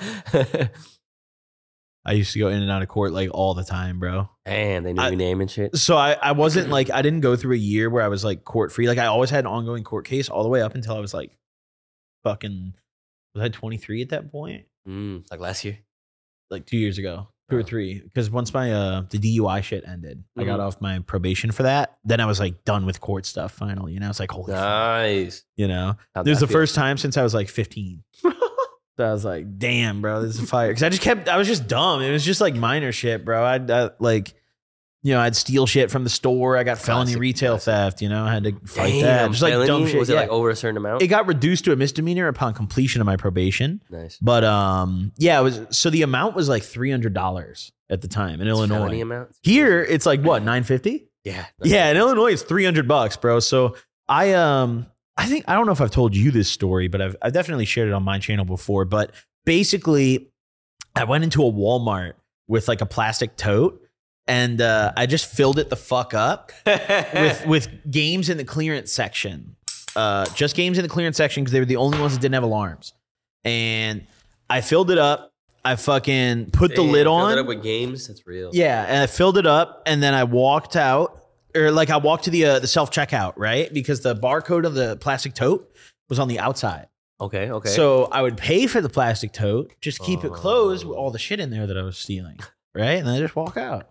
B: I used to go in and out of court like all the time, bro.
A: Man, they knew
B: I-
A: your name and shit.
B: So I, I wasn't like I didn't go through a year where I was like court free. Like I always had an ongoing court case all the way up until I was like fucking was I 23 at that point?
A: Mm, like last year.
B: Like 2 years ago. 2 or
A: Oh.
B: 3 cuz once my uh the DUI shit ended, I got
A: Mhm.
B: off my probation for that. Then I was like done with court stuff finally, you know. It's like holy
A: Ah.
B: fuck,
A: Nice.
B: you know.
A: How'd
B: This is
A: that
B: the
A: feel?
B: first time since I was like 15. So I was like, damn, bro, this is fire. Cause I just kept, I was just dumb. It was just like minor shit, bro. I'd I, like, you know, I'd steal shit from the store. I got felony
A: Classic,
B: retail
A: classic.
B: theft, you know, I had to fight
A: Damn,
B: that. Just like dumb
A: felony?
B: shit.
A: Was it
B: yeah.
A: like over a certain amount?
B: it got reduced to a misdemeanor upon completion of my probation.
A: nice.
B: But um, yeah, it was so the amount was like three hundred dollars at the time in
A: Felony
B: Illinois.
A: amount?
B: Here it's like what, nine fifty?
A: Yeah.
B: Yeah, in Illinois it's 300 bucks, bro. So I um I think I don't know if I've told you this story, but I've I've definitely shared it on my channel before, but basically I went into a Walmart with like a plastic tote and uh, I just filled it the fuck up with with games in the clearance section. Uh, just games in the clearance section because they were the only ones that didn't have alarms. And I filled it up. I fucking put the
A: Damn,
B: lid
A: fill that
B: on.
A: up with games. That's real.
B: Yeah, and I filled it up, and then I walked out, or like I walked to the uh, the self checkout, right? Because the barcode of the plastic tote was on the outside.
A: Okay. Okay.
B: So I would pay for the plastic tote, just keep it closed with
A: Oh.
B: all the shit in there that I was stealing, right? And then I just walk out,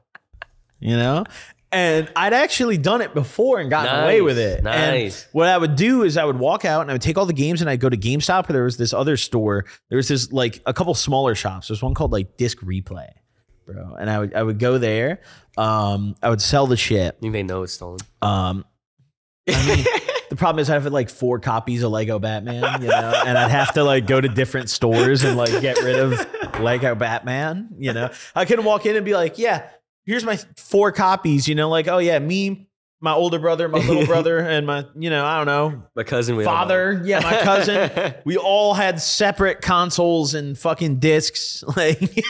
B: you know. And I'd actually done it before and gotten away with
A: Nice,
B: it. And
A: nice.
B: what I would do is I would walk out and I would take all the games and I'd go to GameStop. Or there was this other store. There was this like a couple smaller shops. There's one called like Disc Replay, bro. And I would I would go there. Um, I would sell the shit.
A: you may know it's stolen.
B: Um, I mean, the problem is I have like four copies of Lego Batman, you know, and I'd have to like go to different stores and like get rid of Lego Batman, you know. I couldn't walk in and be like, yeah, here's my four copies, you know, like, oh yeah, me, my older brother, my little brother, and my, you know, I don't know,
A: My cousin. We all know.
B: father, yeah, my cousin. We all had separate consoles and fucking discs. Like,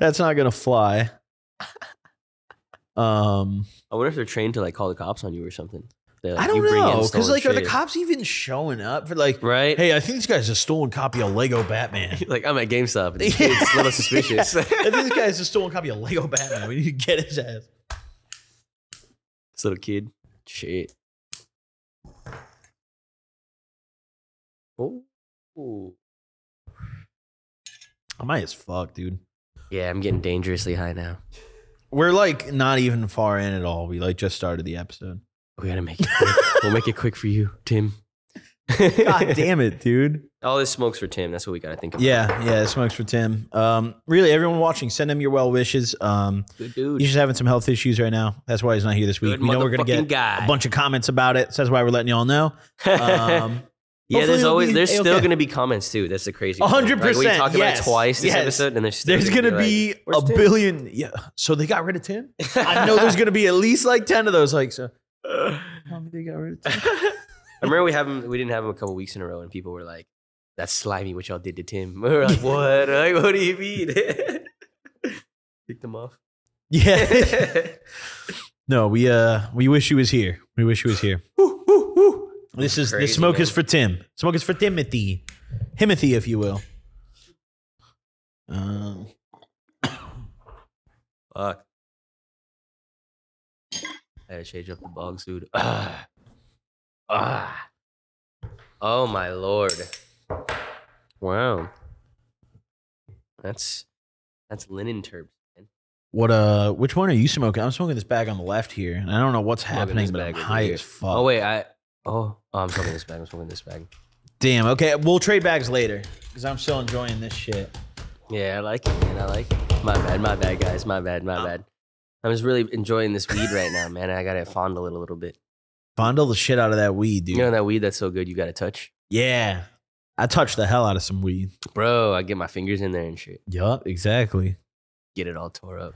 B: that's not gonna fly. Um,
A: I wonder if they're trained to like call the cops on you or something. They're like,
B: I
A: "You
B: don't
A: bring in
B: know, because
A: stolen
B: like, are the
A: shit."
B: cops even showing up for like?
A: right?
B: Hey, I think this guy's a stolen copy of Lego Batman.
A: Like I'm at GameStop. And it's,
B: Yeah.
A: a little suspicious.
B: I think this guy's a stolen copy of Lego Batman. We need to get his ass.
A: this little kid. Shit. Oh. Ooh.
B: I'm high as fuck, dude.
A: Yeah, I'm getting dangerously high now.
B: We're like not even far in at all. We like just started the episode.
A: We gotta make it. Quick. we'll make it quick for you, Tim.
B: God damn it, dude.
A: All this smokes for Tim. That's what we gotta think about.
B: Yeah, yeah, smokes for Tim. Um, really, everyone watching, send him your well wishes. Um,
A: Good dude.
B: he's just having some health issues right now. That's why he's not here this week.
A: Good
B: we know we're gonna
A: motherfucking
B: get
A: guy.
B: a bunch of comments about it. So that's why we're letting y'all know. Um,
A: yeah,
B: hopefully
A: there's
B: it'll
A: always
B: be
A: there's still
B: A-okay.
A: going to be comments too. That's the crazy.
B: A
A: thing,
B: hundred
A: right? We
B: percent,
A: talked
B: yes,
A: about it twice this
B: yes.
A: episode, and there's still
B: there's
A: gonna
B: gonna be
A: like,
B: a
A: "Where's Tim?"
B: billion. Yeah. So they got rid of Tim. I know there's gonna be at least like ten of those. Like so. Mommy, they got rid of Tim.
A: I remember we have him, we didn't have him a couple weeks in a row, and people were like, "That's slimy, what y'all did to Tim." We were like, "What? Like, what do you mean?" Kicked him off.
B: Yeah. no, we uh we wish he was here. We wish he was here.
A: Woo, woo, woo.
B: This is the
A: Crazy,
B: smoke is
A: man.
B: for Tim. Smoke is for Timothy. Himothy, if you will. Um
A: Fuck. I had to change up the bog suit. Ah. Ah. Oh my lord. Wow. That's that's linen turps. man.
B: what uh which one are you smoking? I'm smoking this bag on the left here, and I don't know what's
A: Smoking
B: happening,
A: this
B: but I'm
A: bag over
B: high
A: here.
B: as fuck.
A: Oh wait, I oh, oh I'm smoking this bag. I'm smoking this bag.
B: Damn, okay. We'll trade bags later. Because I'm still enjoying this shit.
A: Yeah, I like it, man. I like it. My bad, my bad, guys. My bad,
B: Um
A: my bad. I'm just really enjoying this weed right now, man. I gotta fondle it a little bit.
B: Fondle the shit out of that weed, dude.
A: You know that weed that's so good you gotta touch?
B: yeah. I touched the hell out of some weed.
A: Bro, I get my fingers in there and shit.
B: Yup, exactly.
A: Get it all tore up.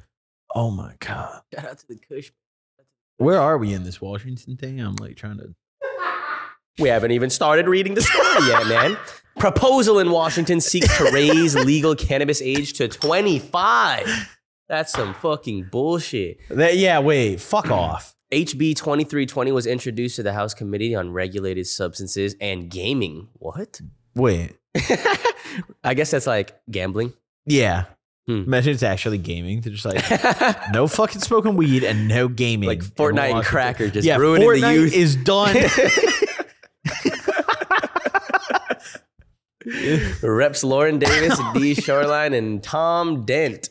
B: Oh my god.
A: Shout out to the Kush.
B: Where are we in this Washington thing? I'm like trying to
A: We haven't even started reading the story yet, man. Proposal in Washington seeks to raise legal cannabis age to 25. That's some fucking bullshit.
B: that yeah, wait, fuck off.
A: HB 2320 was introduced to the House Committee on Regulated Substances and Gaming. What?
B: Wait.
A: I guess that's like gambling.
B: Yeah.
A: Hmm.
B: Imagine it's actually gaming. They're just like no fucking smoking weed and no gaming.
A: like Fortnite and crack are just
B: yeah,
A: ruining
B: Fortnite
A: the youth.
B: is done.
A: Reps Lauren Davis, D. Shoreline, and Tom Dent.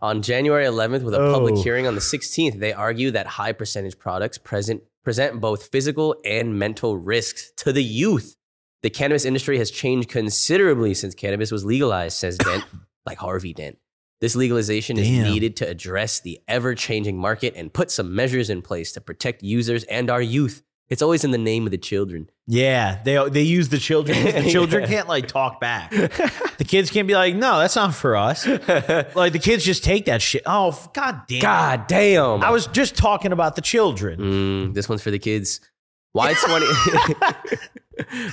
A: On January 11th, with a public
B: Oh.
A: hearing on the 16th, they argue that high percentage products present present both physical and mental risks to the youth. The cannabis industry has changed considerably since cannabis was legalized, says Dent, like Harvey Dent. This legalization is
B: Damn.
A: needed to address the ever changing market and put some measures in place to protect users and our youth. It's always in the name of the children.
B: yeah, they they use the children. 'cause The children
A: Yeah.
B: can't like talk back. The kids can't be like, no, that's not for us. Like the kids just take that shit. Oh f- god damn! it.
A: God damn.
B: I was just talking about the children.
A: Mm, this one's for the kids. Why 20?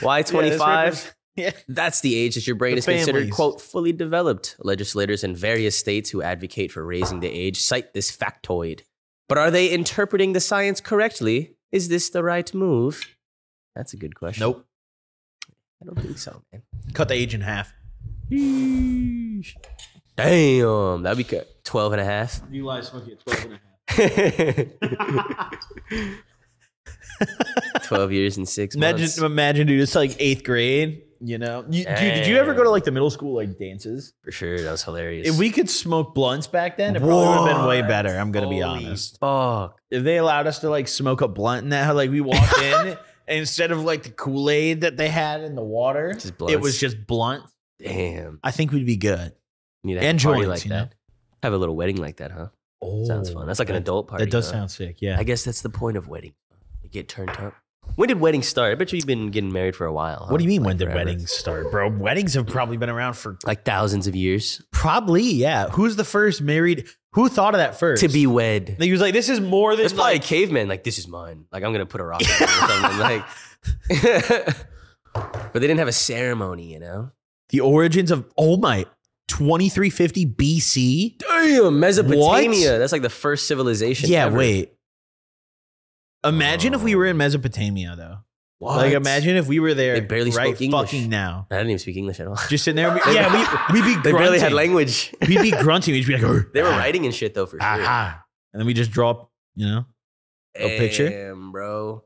A: Why 25?
B: Yeah.
A: That's the age that your brain
B: The
A: is considered,
B: families.
A: quote, fully developed. Legislators in various states who advocate for raising the age cite this factoid. But are they interpreting the science correctly? Is this the right move? That's a good question.
B: Nope.
A: I don't think so, man.
B: Cut the age in half.
A: Damn, that'd be good. 12 and a half.
B: You lie smoking at 12 and a half.
A: 12 years and six
B: Imagine,
A: months.
B: imagine, dude. It's like eighth grade. You know, you, dude. Did you ever go to like the middle school like dances?
A: For sure, that was hilarious.
B: If we could smoke blunts back then, it probably would have been way better. I'm gonna be
A: Holy
B: honest.
A: Fuck.
B: If they allowed us to like smoke a blunt and that, like we walked in, and instead of like the Kool Aid that they had in the water,
A: Just
B: it
A: blunts.
B: was just blunt.
A: Damn.
B: I think we'd be good.
A: Need to have
B: And
A: a party
B: joints,
A: like
B: you
A: that. Have a little wedding like that, huh?
B: Oh,
A: Sounds fun. That's like an adult party.
B: That does
A: huh?
B: sound sick. Yeah.
A: I guess that's the point of wedding. You get turned up. When did weddings start? I bet you you've been getting married for a while. huh?
B: what do you mean when
A: Like
B: did
A: forever.
B: weddings start, bro? Weddings have probably been around for
A: Like thousands of years.
B: probably yeah. Who's the first married? Who thought of that first?
A: To be wed.
B: He was like, this is more than
A: It's probably
B: like,
A: cavemen. Like this is mine. Like I'm gonna put a rock. on it or something. Like, but they didn't have a ceremony, you know.
B: the origins of oh my 2350 BC.
A: Damn, Mesopotamia.
B: What?
A: That's like the first civilization.
B: Yeah,
A: ever. Oh.
B: wait. Imagine if we were in Mesopotamia though. Like
A: What?
B: imagine if we were there
A: They barely
B: right
A: spoke English.
B: fucking now.
A: I didn't even speak English at all.
B: Just sitting there, we- yeah, we, we'd be grunting.
A: They barely had language.
B: We'd be grunting. We'd be like, "Arr,
A: They were
B: ah,
A: writing and shit though for
B: ah,
A: sure.
B: ah." And then we just draw, you know? A picture?
A: Damn, bro.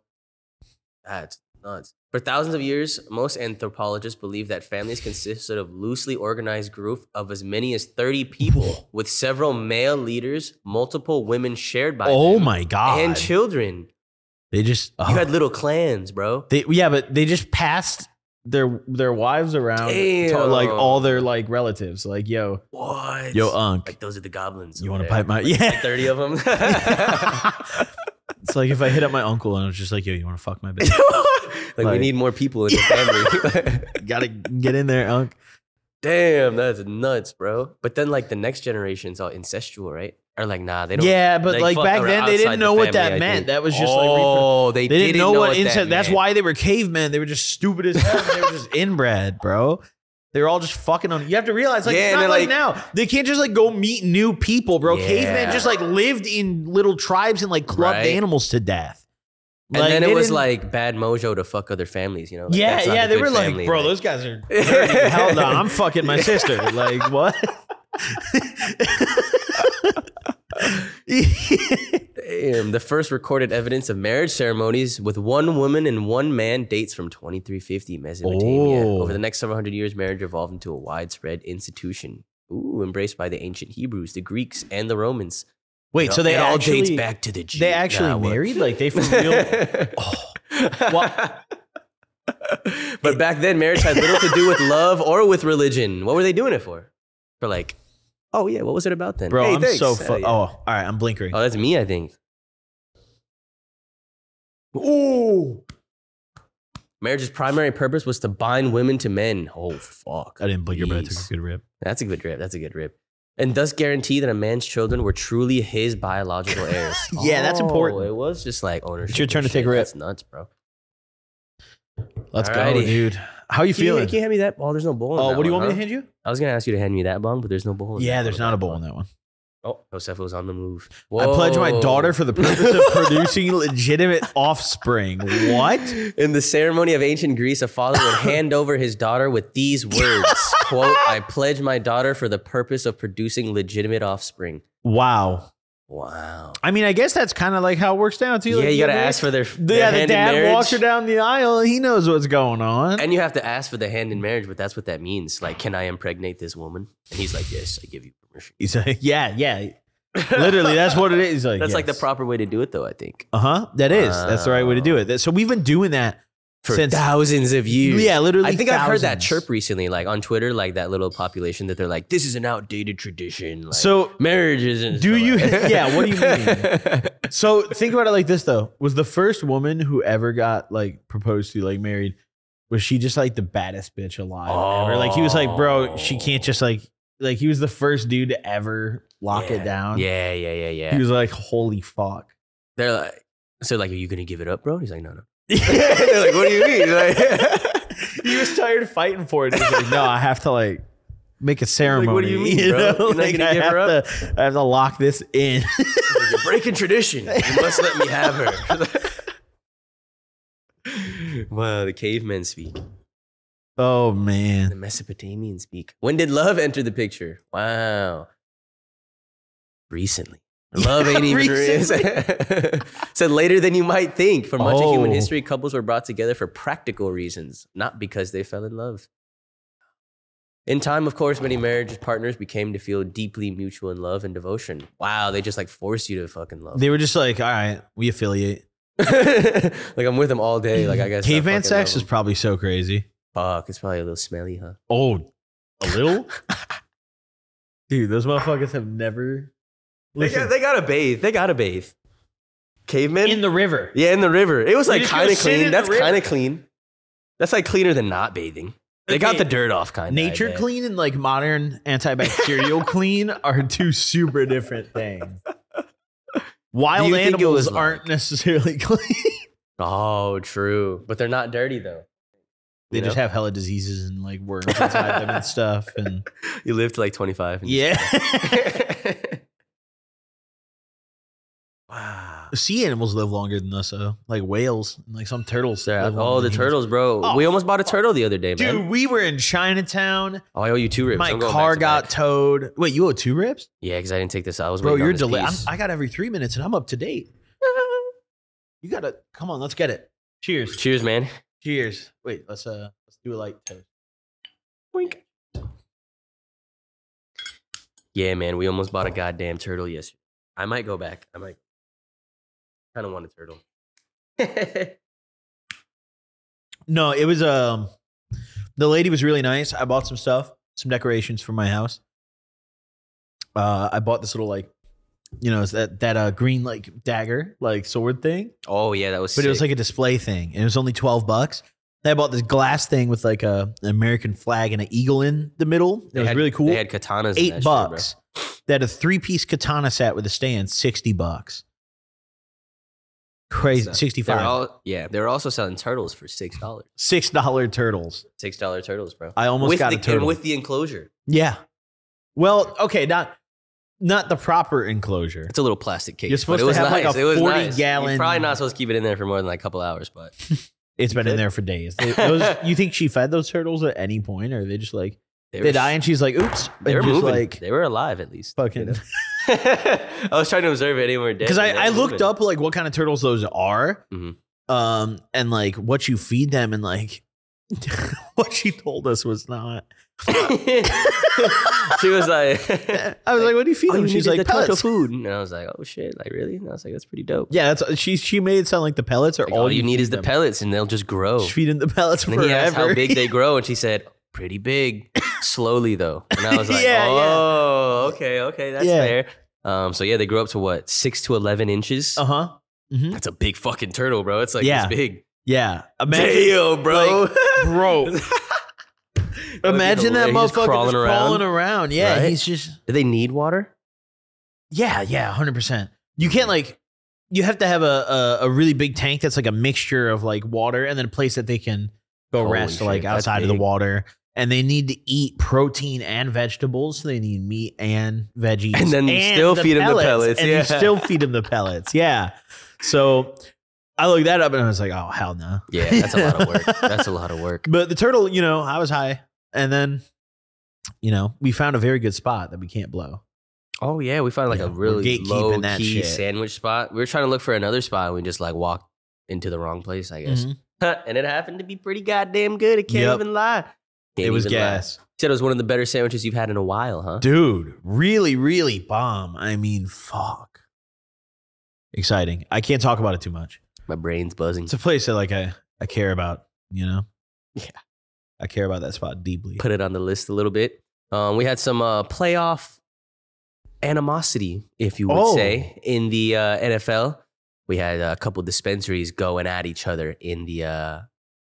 A: That's nuts. For thousands of years, most anthropologists believe that families consisted of loosely organized group of as many as 30 people with several male leaders, multiple women shared by
B: Oh
A: them,
B: my God.
A: and children.
B: they just, oh.
A: You had little clans, bro.
B: they, yeah, but they just passed their their wives around to
A: Damn.
B: like all their like relatives. Like, yo,
A: What?
B: yo, unk,
A: like those are the goblins.
B: you
A: over
B: want to
A: there.
B: pipe my, yeah.
A: 30 of them?
B: it's like if I hit up my uncle and I was just like, yo, you want to fuck my bitch?
A: like, we
B: Like-
A: need more people in the family.
B: Gotta get in there, unk.
A: Damn, that's nuts, bro. But then like the next generation's all incestual, right? Or like, nah, they don't.
B: Yeah, but
A: they
B: like
A: fuck
B: back then
A: around
B: they
A: outside
B: didn't know
A: the
B: what that
A: family, I
B: meant.
A: think.
B: That was just like repro-
A: oh, they,
B: they didn't know what
A: that
B: incest. That's
A: meant.
B: why they were cavemen. They were just stupid as hell. they were just inbred, bro. They were all just fucking on. You have to realize, like,
A: Yeah,
B: it's
A: and
B: not
A: they're
B: like,
A: like-
B: now. They can't just like go meet new people, bro.
A: Yeah.
B: Cavemen just like lived in little tribes and like clubbed
A: Right.
B: animals to death.
A: And then
B: they
A: it was
B: didn't-
A: like bad mojo to fuck other families, you know? Like,
B: yeah,
A: that's not
B: yeah.
A: a
B: They
A: good
B: were like,
A: family,
B: bro,
A: like-
B: those guys are dirty as hell no, I'm fucking my sister. Like, what?
A: Damn, the first recorded evidence of marriage ceremonies with one woman and one man dates from 2350 Mesopotamia.
B: Oh.
A: Over the next several hundred years, marriage evolved into a widespread institution. Ooh, embraced by the ancient Hebrews, the Greeks, and the Romans.
B: Wait, so they
A: it all
B: actually,
A: dates back to the Jews.
B: They actually married? Like, they for real?
A: Oh. but back then, marriage had little to do with love or with religion. What were they doing it for? For like, oh yeah, what was it about then?
B: Bro,
A: Hey,
B: I'm
A: thanks.
B: so.
A: Hell
B: Fu-
A: yeah.
B: Oh, all right. I'm blinkering.
A: oh, that's me, I think.
B: Ooh.
A: Marriage's primary purpose was to bind women to men. Oh fuck.
B: I didn't blink your but I took a
A: Jeez.
B: good rip.
A: That's a good rip. That's a good rip. And thus guarantee that a man's children were truly his biological heirs.
B: Yeah, that's
A: Oh,
B: important.
A: It was just like ownership.
B: It's your turn
A: and
B: to take
A: shit.
B: a rip.
A: That's nuts, bro.
B: Let's go,
A: Alrighty.
B: dude. How you
A: Can you,
B: feeling?
A: can you hand me that ball? There's no bowl. in
B: Oh,
A: that
B: what do you
A: one,
B: want me
A: huh?
B: to hand you?
A: I was gonna ask you to hand me that bong, but there's no bowl. in
B: Yeah,
A: that
B: there's
A: one.
B: not a bowl in that one.
A: Oh, Joseph was on the move.
B: I pledge my
A: Whoa.
B: daughter for the purpose of producing legitimate offspring. What?
A: In the ceremony of ancient Greece, a father would hand over his daughter with these words: "Quote: I pledge my daughter for the purpose of producing legitimate offspring."
B: Wow.
A: Wow.
B: I mean, I guess that's kind of like how it works down too.
A: yeah,
B: Like,
A: you gotta
B: they-
A: ask for their, their
B: yeah, the
A: hand in
B: dad
A: marriage.
B: walks her down the aisle. He knows what's going on.
A: And you have to ask for the hand in marriage, but that's what that means. Like, can I impregnate this woman? And he's like, yes, I give you permission.
B: He's like, yeah, yeah. Literally, that's what it is. He's Like,
A: That's like the proper way to do it, though, I think.
B: Uh huh. That is. that's the right way to
A: Uh.
B: do it. That- So we've been doing that
A: For
B: since.
A: thousands of years.
B: Yeah, literally.
A: I think I've heard that
B: thousands.
A: chirp recently, like on Twitter, like that little population that they're like, this is an outdated tradition. Like,
B: So
A: marriage isn't.
B: Do you-
A: like-
B: yeah, what do you mean? So think about it like this though. Was the first woman who ever got like proposed to, like married, was she just like the baddest bitch alive ever? Like he was like, bro,
A: Oh.
B: she can't just like like he was the first dude to ever lock
A: yeah.
B: it down.
A: Yeah, yeah, yeah, yeah.
B: He was like, holy fuck.
A: they're like, so like, are you gonna give it up, bro? He's like, no, no. they're like, what do you mean? Like,
B: He was tired of fighting for it. He was like, no, I have to like make a ceremony.
A: do you mean, bro? You're not gonna
B: I
A: give
B: have
A: her up?
B: to I have to lock this in.
A: You're breaking tradition. You must let me have her. wow, the cavemen speak.
B: oh
A: The
B: man.
A: Mesopotamians speak. When did love enter the picture? Wow. Recently. Love ain't even
B: Recently.
A: real. Said later than you might think. For much of human
B: Oh.
A: history, couples were brought together for practical reasons, not because they fell in love. In time, of course, many marriage partners became to feel deeply mutual in love and devotion. Wow, they just like force you to fucking love.
B: They were just like, all right, we affiliate.
A: like I'm with him all day. Like I guess
B: Caveman sex is probably so crazy.
A: fuck. It's probably a little smelly, huh?
B: Oh, a little? Dude, those motherfuckers have never Listen,
A: they gotta bathe. They gotta bathe. Cavemen
B: in the river.
A: yeah, in the river. It was
B: They
A: like
B: just go
A: kind of
B: sit in
A: clean.
B: the
A: That's
B: river.
A: kind of clean. That's like cleaner than not bathing. They got
B: Okay.
A: the dirt off, kind of.
B: Nature clean and like modern antibacterial clean are two super different things.
A: Do
B: Wild
A: you think it
B: animals
A: was like-
B: aren't necessarily clean.
A: Oh, true. But they're not dirty though.
B: They
A: You
B: just
A: know?
B: have hella diseases and like worms inside them and stuff. And
A: you live to like 25. and-
B: yeah,
A: wow.
B: sea animals live longer than us though. Like whales, and like some turtles. live
A: Oh, the
B: longer than humans.
A: turtles, bro.
B: Oh,
A: we almost bought a turtle the other day, man.
B: Dude, we were in Chinatown.
A: Oh, I owe you two ribs.
B: My
A: I'm going
B: car
A: back to
B: got
A: back.
B: towed. Wait, you owe two rips?
A: yeah, because I didn't take this. out. I was
B: Bro,
A: waiting on
B: you're
A: this
B: delayed.
A: piece.
B: I got every three minutes and I'm up to date. You gotta come on. Let's get it. Cheers.
A: Cheers, man.
B: Cheers. Wait. Let's uh. Let's do a light toast.
A: Yeah, man. We almost bought a goddamn turtle yesterday. I might go back. I might. Kind of want a turtle.
B: No, it was um. The lady was really nice. I bought some stuff, some decorations for my house. Uh, I bought this little like, you know, it's that that uh green like dagger like sword thing,
A: oh yeah, that was.
B: but it was
A: sick.
B: like a display thing, and it was only twelve bucks. Then I bought this glass thing with like a an American flag and an eagle in the middle. It
A: They
B: was
A: had-
B: really cool.
A: They had katanas. and that
B: Eight
A: shit, bro.
B: bucks. that a three piece katana set with a stand, 60 bucks. Crazy.
A: So,
B: 65.
A: They're all yeah. They're also selling turtles for six dollars.
B: $6 turtles.
A: Six dollar turtles, bro.
B: I almost
A: with
B: got
A: the,
B: a turtle.
A: And with the enclosure,
B: yeah. Well, okay, not not the proper enclosure.
A: it's a little plastic case.
B: You're
A: but
B: supposed
A: it
B: to
A: was
B: have,
A: nice.
B: like, a
A: it was
B: 40
A: nice.
B: gallon-
A: You're probably not supposed to keep it in there for more than like a couple hours, but
B: It's been
A: Good.
B: in there for days. They- those- you think she fed those turtles at any point? Or are they just like,
A: they
B: they,
A: were,
B: die and she's like, oops. and
A: They were
B: just
A: moving.
B: like,
A: they were alive at least.
B: fucking.
A: I was trying to observe it anywhere dead.
B: because I,
A: and they
B: I
A: were
B: looked
A: moving.
B: up like what kind of turtles those are,
A: Mhm.
B: um, and like what you feed them, and like what she told us was not.
A: she was like,
B: I was like, "What do you feed
A: "Oh,
B: them?"
A: you
B: She's
A: needed the
B: like,
A: turtle
B: "Pellets."
A: food," and I was like, "Oh shit! Like really?" And I was like, "That's pretty dope."
B: Yeah, that's she. She made it sound like the pellets are
A: Like,
B: all,
A: all you need
B: feed
A: is the
B: them.
A: pellets, and they'll just grow.
B: She's feeding the pellets
A: And then
B: forever.
A: he asked how big they grow, and she said, "Pretty big, slowly though." And I was like,
B: Yeah, yeah.
A: "Oh, okay, okay, that's
B: Yeah.
A: fair." Um, so yeah, they grow up to what six to eleven inches.
B: uh huh. hmm
A: That's a big fucking turtle, bro. It's like
B: Yeah.
A: this big.
B: Yeah, imagine,
A: Damn, bro.
B: bro. Imagine that
A: hilarious. He's just
B: motherfucker
A: crawling around.
B: crawling, around. crawling around. Yeah,
A: Right?
B: he's just.
A: Do they need water?
B: Yeah, yeah, hundred percent. You can't like you have to have a, a a really big tank that's like a mixture of like water and then a place that they can go
A: Holy
B: rest
A: shit,
B: like
A: that's
B: outside of the
A: big.
B: water. And they need to eat protein and vegetables. So they need meat and veggies.
A: And then you still feed 'em the pellets,
B: And
A: yeah.
B: you still feed them the pellets. Yeah. So I looked that up and I was like, oh, hell no.
A: Yeah, that's a lot of work. That's a lot of work.
B: But the turtle, you know, I was high. And then, you know, we found a very good spot that we can't blow.
A: Oh yeah, we found like
B: Yeah,
A: a
B: we're
A: really
B: gatekeeping
A: low
B: that
A: key
B: shit.
A: sandwich spot. We were trying to look for another spot, and we just like walked into the wrong place, I guess.
B: Mhm.
A: and it happened to be pretty goddamn good. It can't
B: Yep.
A: even lie.
B: It
A: Can't
B: was
A: even lie.
B: gas.
A: Said it was one of the better sandwiches you've had in a while, huh?
B: dude really really bomb i mean fuck exciting i can't talk about it too much
A: My brain's buzzing.
B: it's a place that like i i care about you know
A: Yeah.
B: i care about that spot deeply
A: Put it on the list a little bit. Um, we had some uh, playoff animosity, if you would
B: Oh.
A: say, in the uh, NFL. We had a couple dispensaries going at each other in the uh,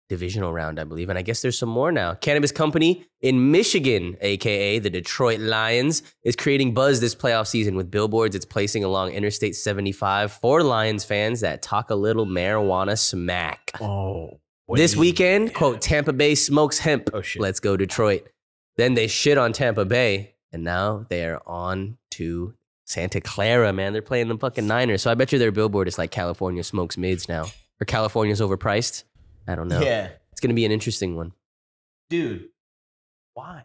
A: divisional round, I believe. And I guess there's some more now. Cannabis Company in Michigan, aka the Detroit Lions, is creating buzz this playoff season with billboards it's placing along Interstate 75 for Lions fans that talk a little marijuana smack.
B: oh
A: This
B: wait.
A: weekend, quote, Tampa Bay smokes hemp.
B: oh shit
A: Let's go Detroit. Then they shit on Tampa Bay, and now they are on to Santa Clara, man. They're playing the fucking Niners. So I bet you their billboard is like California smokes mids now, or California's overpriced. I don't know.
B: yeah
A: It's going to be an interesting one.
B: dude why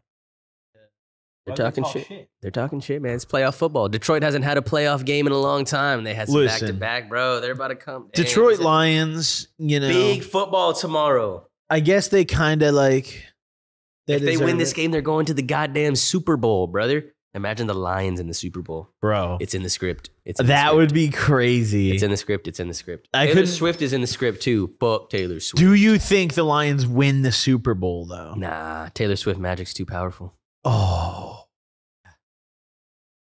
A: They're talking shit. They're talking shit, man. It's playoff football. Detroit hasn't had a playoff game in a long time. They had some back
B: Listen.
A: to back, bro. They're about to come. Damn,
B: detroit
A: it's a
B: lions you know
A: Big football tomorrow.
B: i guess they kind of like
A: If they win
B: deserve
A: this
B: it.
A: game, they're going to the goddamn Super Bowl, brother. Imagine the Lions in the Super Bowl.
B: bro
A: It's in the script. It's in the
B: that
A: script.
B: would be crazy
A: It's in the script. It's in the script.
B: I
A: Taylor
B: couldn't-
A: Swift is in the script too. Fuck Taylor Swift.
B: do you think the lions win the super bowl though
A: Nah, Taylor Swift magic's too powerful.
B: Oh.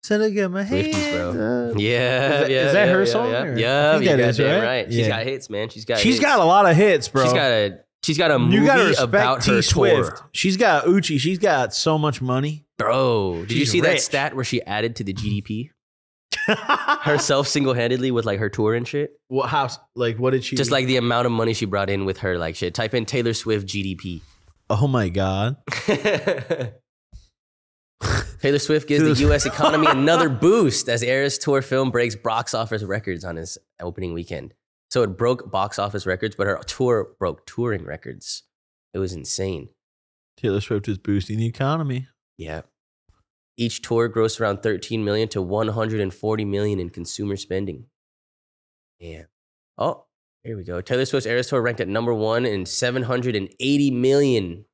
B: Said I got my
A: Swifties,
B: hands
A: bro.
B: up.
A: Yeah,
B: Is that-
A: yeah.
B: is that
A: yeah,
B: her
A: yeah,
B: song,
A: Yeah,
B: or-
A: yeah
B: I think
A: you
B: that is,
A: goddamn
B: right?
A: right. She's
B: Yeah.
A: got hits, man. She's got.
B: She's
A: hits.
B: got a lot of hits, bro.
A: She's got a. She's got a movie
B: you gotta respect
A: about
B: T
A: her
B: Swift.
A: tour,
B: She's got Uchi. She's got so much money.
A: bro. Did you
B: She's
A: see that
B: rich.
A: stat where she added to the GDP herself single handedly with like her tour and shit?
B: what house? Like, what did she?
A: Just like the amount of money she brought in with her like shit. Type in Taylor Swift GDP.
B: oh my god,
A: Taylor Swift gives the
B: Dude.
A: U.S. economy another boost as Eras Tour film breaks box office records on his opening weekend. So it broke box office records, but her tour broke touring records. It was insane.
B: Taylor Swift is boosting the economy.
A: Yeah. Each tour grossed around 13 million to 140 million in consumer spending. Yeah. Oh, here we go. Taylor Swift's Eras Tour ranked at number one in 780 million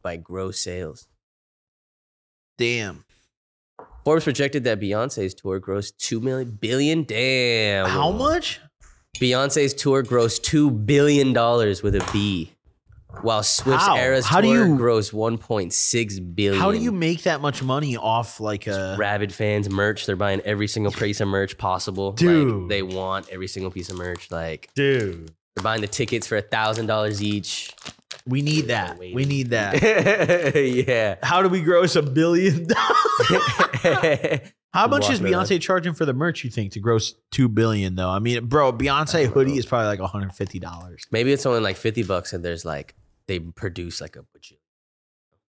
A: by gross sales.
B: Damn.
A: Forbes projected that Beyonce's tour grossed two million billion. Damn.
B: How much?
A: Beyonce's tour grossed two billion dollars with a B, while Swift's
B: How?
A: Eras
B: How do
A: tour
B: you-
A: grossed one point six billion.
B: How do you make that much money off like a?
A: rabid fans merch? They're buying every single piece of merch possible. Like,
B: Dude.
A: they want every single piece of merch. Like
B: Dude,
A: they're buying the tickets for a thousand dollars each.
B: We need that. We need that.
A: yeah.
B: How do we gross a billion dollars? How much
A: Walk
B: is
A: right
B: Beyonce charging for the merch? You think to gross two billion though? I mean, bro, Beyonce hoodie is probably like one hundred fifty dollars.
A: Maybe it's only like 50 bucks and there's like, they produce like a bajillion.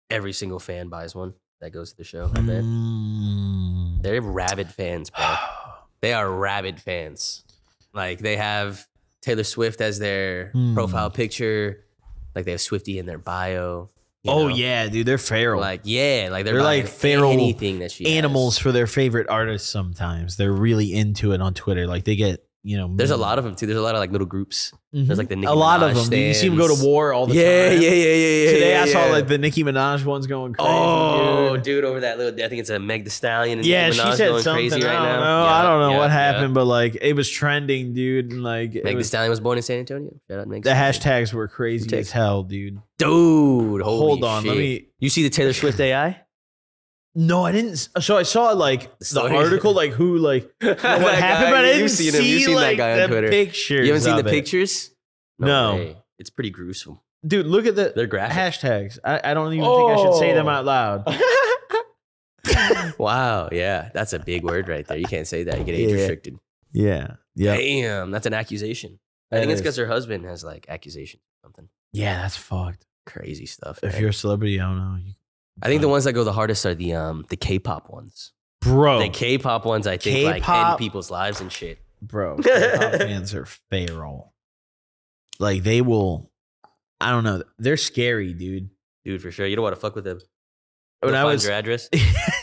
A: Every single fan buys one that goes to the show. I bet.
B: Mm.
A: They're rabid fans, bro. They are rabid fans. Like they have Taylor Swift as their
B: Hmm.
A: profile picture. Like they have Swifty in their bio. you
B: Oh
A: know?
B: yeah, dude, they're feral.
A: Like yeah, like they're,
B: They're like
A: like
B: feral
A: anything that she has.
B: Animals for their favorite artists. Sometimes they're really into it on Twitter. Like they get you know.
A: There's a lot of them too. There's a lot of like little groups.
B: Mhm.
A: There's like the Nicki
B: a lot of
A: Minaj
B: them. Dude, You see them go to
A: stands.
B: war all the
A: yeah,
B: time.
A: yeah, yeah, yeah, yeah.
B: Today I
A: yeah,
B: saw
A: yeah.
B: like the Nicki Minaj ones going crazy.
A: oh,
B: dude.
A: dude. over that little. I think it's a Meg The Stallion. And
B: Yeah,
A: Nicki
B: she
A: Minaj
B: said
A: going
B: something.
A: Crazy
B: I
A: right
B: don't
A: now.
B: know.
A: Yeah,
B: I don't know
A: yeah,
B: what
A: yeah.
B: happened, but like it was trending, dude. And like it
A: Meg The
B: was,
A: Stallion was born in San Antonio. Shout out Meg
B: the
A: Thee Stallion.
B: hashtags were crazy
A: Text.
B: as hell, dude.
A: Dude, holy
B: Hold on, let
A: shit.
B: me.
A: You see the Taylor Swift AI?
B: No, I didn't. So I saw like the
A: Sorry.
B: article, like who, like
A: what
B: what happened, but I didn't see like the
A: You
B: pictures.
A: haven't seen
B: of
A: the
B: it.
A: pictures?
B: No.
A: way. It's pretty gruesome.
B: dude. Look at the
A: They're graphic.
B: hashtags. I, I don't even think I should say them
A: Oh.
B: out loud.
A: wow, yeah, that's a big word right there. You can't say that. You get age
B: Yeah.
A: restricted.
B: Yeah, yeah,
A: Damn, that's an accusation. I think it's because her husband has like accusation, something
B: yeah, that's fucked.
A: crazy stuff.
B: If
A: man.
B: you're a celebrity, I don't know, you,
A: I think the ones that go the hardest are the um the K-pop ones.
B: bro,
A: The K-pop ones, I think, like
B: Oh. K-pop-
A: end people's lives and shit.
B: bro. K-pop fans are feral. Like they will. I don't know. They're scary, dude.
A: Dude, for sure. You don't want to fuck with them.
B: When
A: They'll
B: I
A: find
B: was-
A: your address.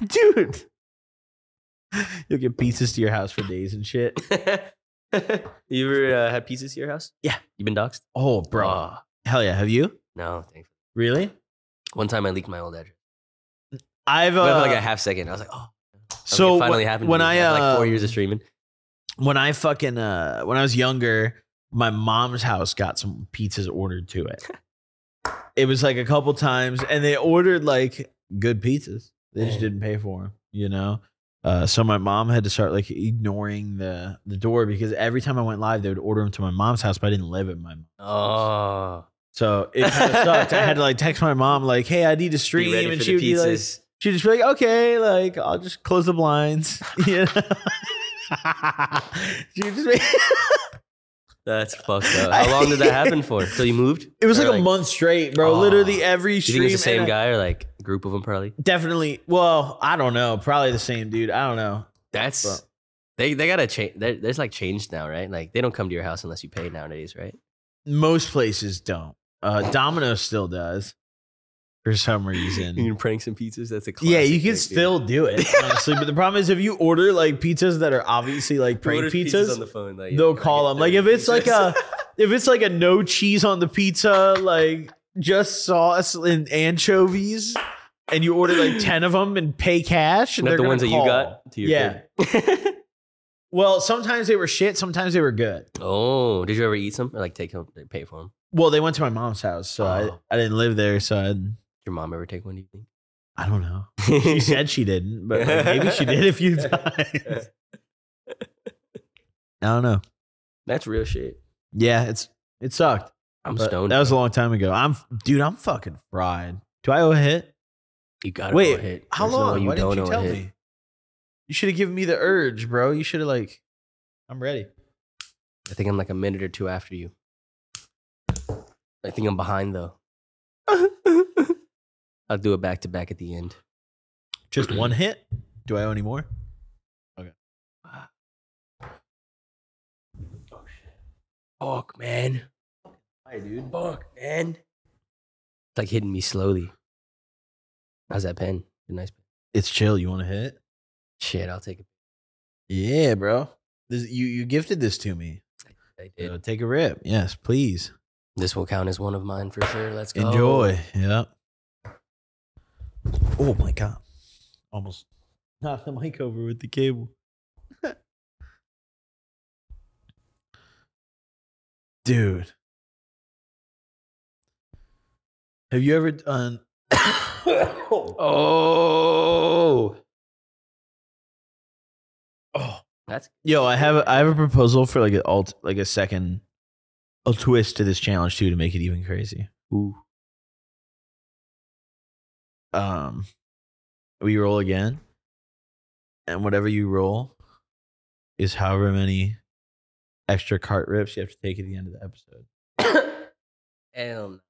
B: dude. You'll get pizzas to your house for days and shit.
A: you ever uh, had pizzas to your house?
B: Yeah.
A: You been doxxed?
B: Oh, bro.
A: Ah,
B: Hell yeah. Have you?
A: no, thanks.
B: Really?
A: One time I leaked my old address.
B: I've uh,
A: But for like a half second, I was like, oh.
B: so
A: it finally
B: when,
A: happened. to
B: when
A: me
B: I
A: after like four
B: um,
A: years of streaming.
B: when I fucking uh when I was younger, my mom's house got some pizzas ordered to it. it was like a couple times, and they ordered like good pizzas. They just
A: Mm.
B: didn't pay for them, you know. Uh, so my mom had to start like ignoring the the door because every time I went live, they would order them to my mom's house, but I didn't live at my. mom's.
A: Oh,
B: So it kind of sucked. I had to like text my mom like, "Hey, I need to
A: be
B: stream,"
A: ready
B: and
A: for
B: she
A: the
B: would be like,
A: pizzas.
B: She'd just be like, okay, like I'll just close the blinds. Yeah. She'd just be-
A: That's fucked up. How long did that happen for? So you moved?
B: it was
A: Or,
B: like, a month straight, bro.
A: Aw.
B: Literally every
A: Do you
B: stream.
A: think it's the same
B: and I-
A: guy or like a group of them probably?
B: Definitely. Well, I don't know. Probably the same dude. I don't know.
A: That's
B: Bro.
A: they they gotta change. There's like change now, right? Like they don't come to your house unless you pay nowadays, right?
B: Most places don't. Uh, Domino's still does for some reason.
A: You can prank some pizzas. That's a classic
B: yeah, you
A: thing,
B: can
A: dude.
B: still do it, honestly. but the problem is if you order like pizzas that are obviously like
A: Who
B: prank
A: orders
B: pizzas,
A: on the phone. Like,
B: they'll
A: can I
B: call
A: get
B: them. Like
A: 30
B: if it's like
A: pizzas?
B: a if it's like a no cheese on the pizza, like just sauce and anchovies, and you order like ten of them and pay cash, and
A: not
B: they're
A: the
B: gonna
A: ones that you
B: call.
A: got to your
B: Yeah.
A: crib.
B: Well, sometimes they were shit, sometimes they were good.
A: oh, did you ever eat some or like take home pay for them?
B: Well, they went to my mom's house, so
A: Oh.
B: I, I didn't live there, so I,
A: Your mom ever take one? Do you think?
B: I don't know. She said she didn't, but like, maybe she did a few times. I don't know.
A: That's real shit.
B: Yeah, it's it sucked.
A: I'm
B: but
A: stoned.
B: That was a long time ago. I'm dude. I'm fucking fried. Do I owe a hit?
A: you gotta
B: Wait,
A: go hit.
B: How
A: There's no
B: long?
A: way
B: Why didn't
A: don't
B: you
A: know
B: tell
A: it.
B: me? You should have given me the urge, bro. You should have like, I'm ready.
A: I think I'm like a minute or two after you. I think I'm behind though. I'll do it back to back at the end.
B: Just one hit. Do I owe any more?
A: Fuck, man.
B: Hi, dude.
A: Fuck, man. It's like hitting me slowly. How's that pen? A nice pen.
B: It's chill. You want to hit?
A: Shit, I'll take it.
B: Yeah, bro. This, you you gifted this to me.
A: I did.
B: So take a rip. Yes, please.
A: This will count as one of mine for sure. Let's go.
B: Enjoy. Yep. Oh my god. Almost knocked the mic over with the cable. Dude. Have you ever done
A: Oh.
B: Oh.
A: That's
B: Yo, I have I have a proposal for like an alt like a second a twist to this challenge too to make it even crazy.
A: ooh.
B: Um, we roll again, and whatever you roll is however many extra cart rips you have to take at the end of the episode.
A: Damn.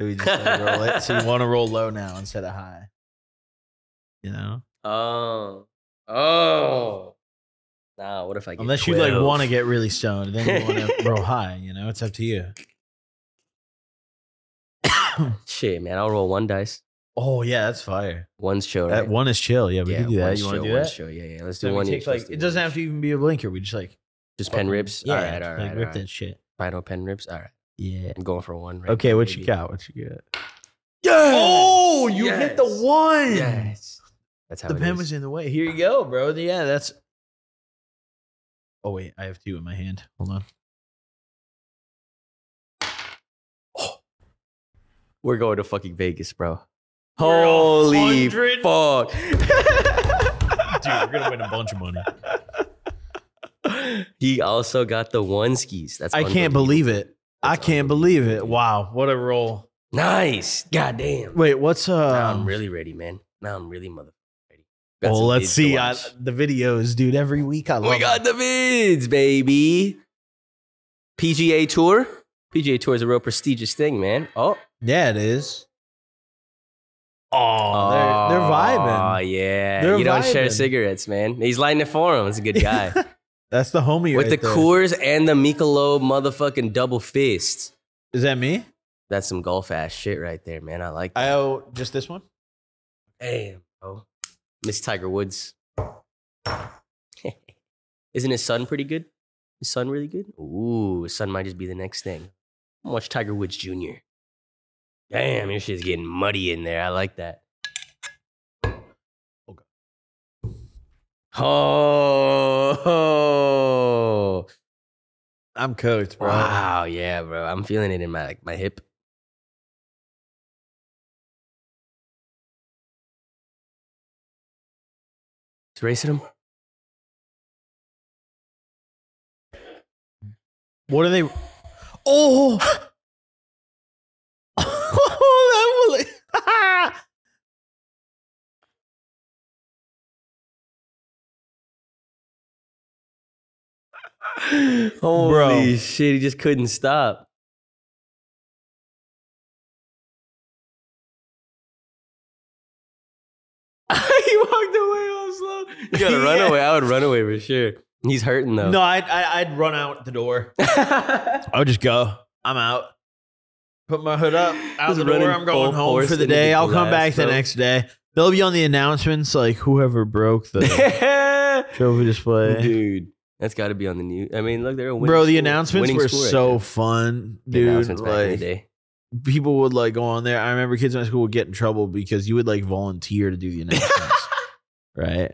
B: So we just let it roll it. So you want to roll low now instead of high. You know,
A: Oh. Oh. Nah, what if I get
B: unless you like
A: 12?
B: want to get really stoned, then you want to roll high. You know, it's up to you.
A: Shit, man. I'll roll one dice.
B: Oh yeah, that's fire.
A: One's show, right?
B: That one is chill. Yeah, we
A: yeah,
B: can do that.
A: one's
B: You want
A: show,
B: to do
A: one's
B: that?
A: Show. Yeah, yeah. Let's do
B: So we
A: one
B: take,
A: each.
B: like, it doesn't have to even be a blinker. We just like
A: Just pen rips?
B: Yeah,
A: all right,
B: just,
A: all right.
B: like
A: all
B: rip
A: right.
B: that shit.
A: Final pen rips? All right.
B: Yeah.
A: I'm going for one. Right
B: Okay,
A: now,
B: what
A: baby.
B: you got? What you got? Yeah. Oh, you hit the
A: Yes.
B: one.
A: Yes. That's how
B: The
A: it
B: pen
A: is.
B: was in the way. Here you go, bro. Yeah, that's. Oh wait, I have two in my hand. Hold on.
A: We're going to fucking Vegas, bro.
B: We're a
A: Holy
B: hundred-
A: fuck.
B: Dude, we're gonna win a bunch of money.
A: he also got the one skis. That's
B: I can't believe it. I
A: That's
B: can't believe it.
A: unbelievable.
B: Wow, what a roll.
A: Nice. God damn.
B: Wait, what's uh?
A: now I'm really ready, man. Now I'm really motherfucking ready. Got
B: Well,
A: some
B: let's
A: bids to
B: see I,
A: watch.
B: the videos, dude. Every week I love.
A: we got the vids, baby. PGA Tour. PGA Tour is a real prestigious thing, man. Oh,
B: it. Yeah, it is. Oh, they're, they're vibing.
A: Oh yeah,
B: They're
A: you don't share
B: vibing.
A: cigarettes, man. He's lighting it for him. He's a good guy
B: That's the homie
A: with
B: right
A: the
B: there.
A: Coors and the Michelob motherfucking double fist.
B: Is that me?
A: That's some golf ass shit right there, man. I like
B: I
A: that.
B: owe just this one.
A: Damn, bro. Miss Tiger Woods. Isn't his son pretty good? His son really good? Ooh, his son might just be the next thing. Watch Tiger Woods Jr. Damn, your shit's getting muddy in there. I like that. Oh, oh.
B: I'm coached, bro.
A: wow, yeah, bro. I'm feeling it in my like my hip. It's racing him.
B: What are they? Oh, that will.
A: Holy
B: Bro.
A: shit, he just couldn't stop. he walked away all slow. You gotta run
B: Yeah.
A: away. I would run away for sure. He's hurting though.
B: No, I'd, I- I'd run out the door. I would just go. I'm out. Put my hood up. Out
A: Just
B: the door.
A: running
B: I'm
A: full
B: going home
A: force
B: for the
A: into
B: day.
A: the
B: I'll come back
A: glass,
B: the
A: bro.
B: next day. They'll be on the announcements like whoever broke the trophy display.
A: Dude, that's gotta be on the news. I mean, look, they're a winning
B: Bro, the
A: school-
B: announcements
A: winning
B: were
A: school right
B: so
A: now.
B: fun,
A: The
B: dude.
A: announcements back in the
B: Like,
A: day.
B: people would like go on there. I remember kids in my school would get in trouble because you would like volunteer to do the announcements, right?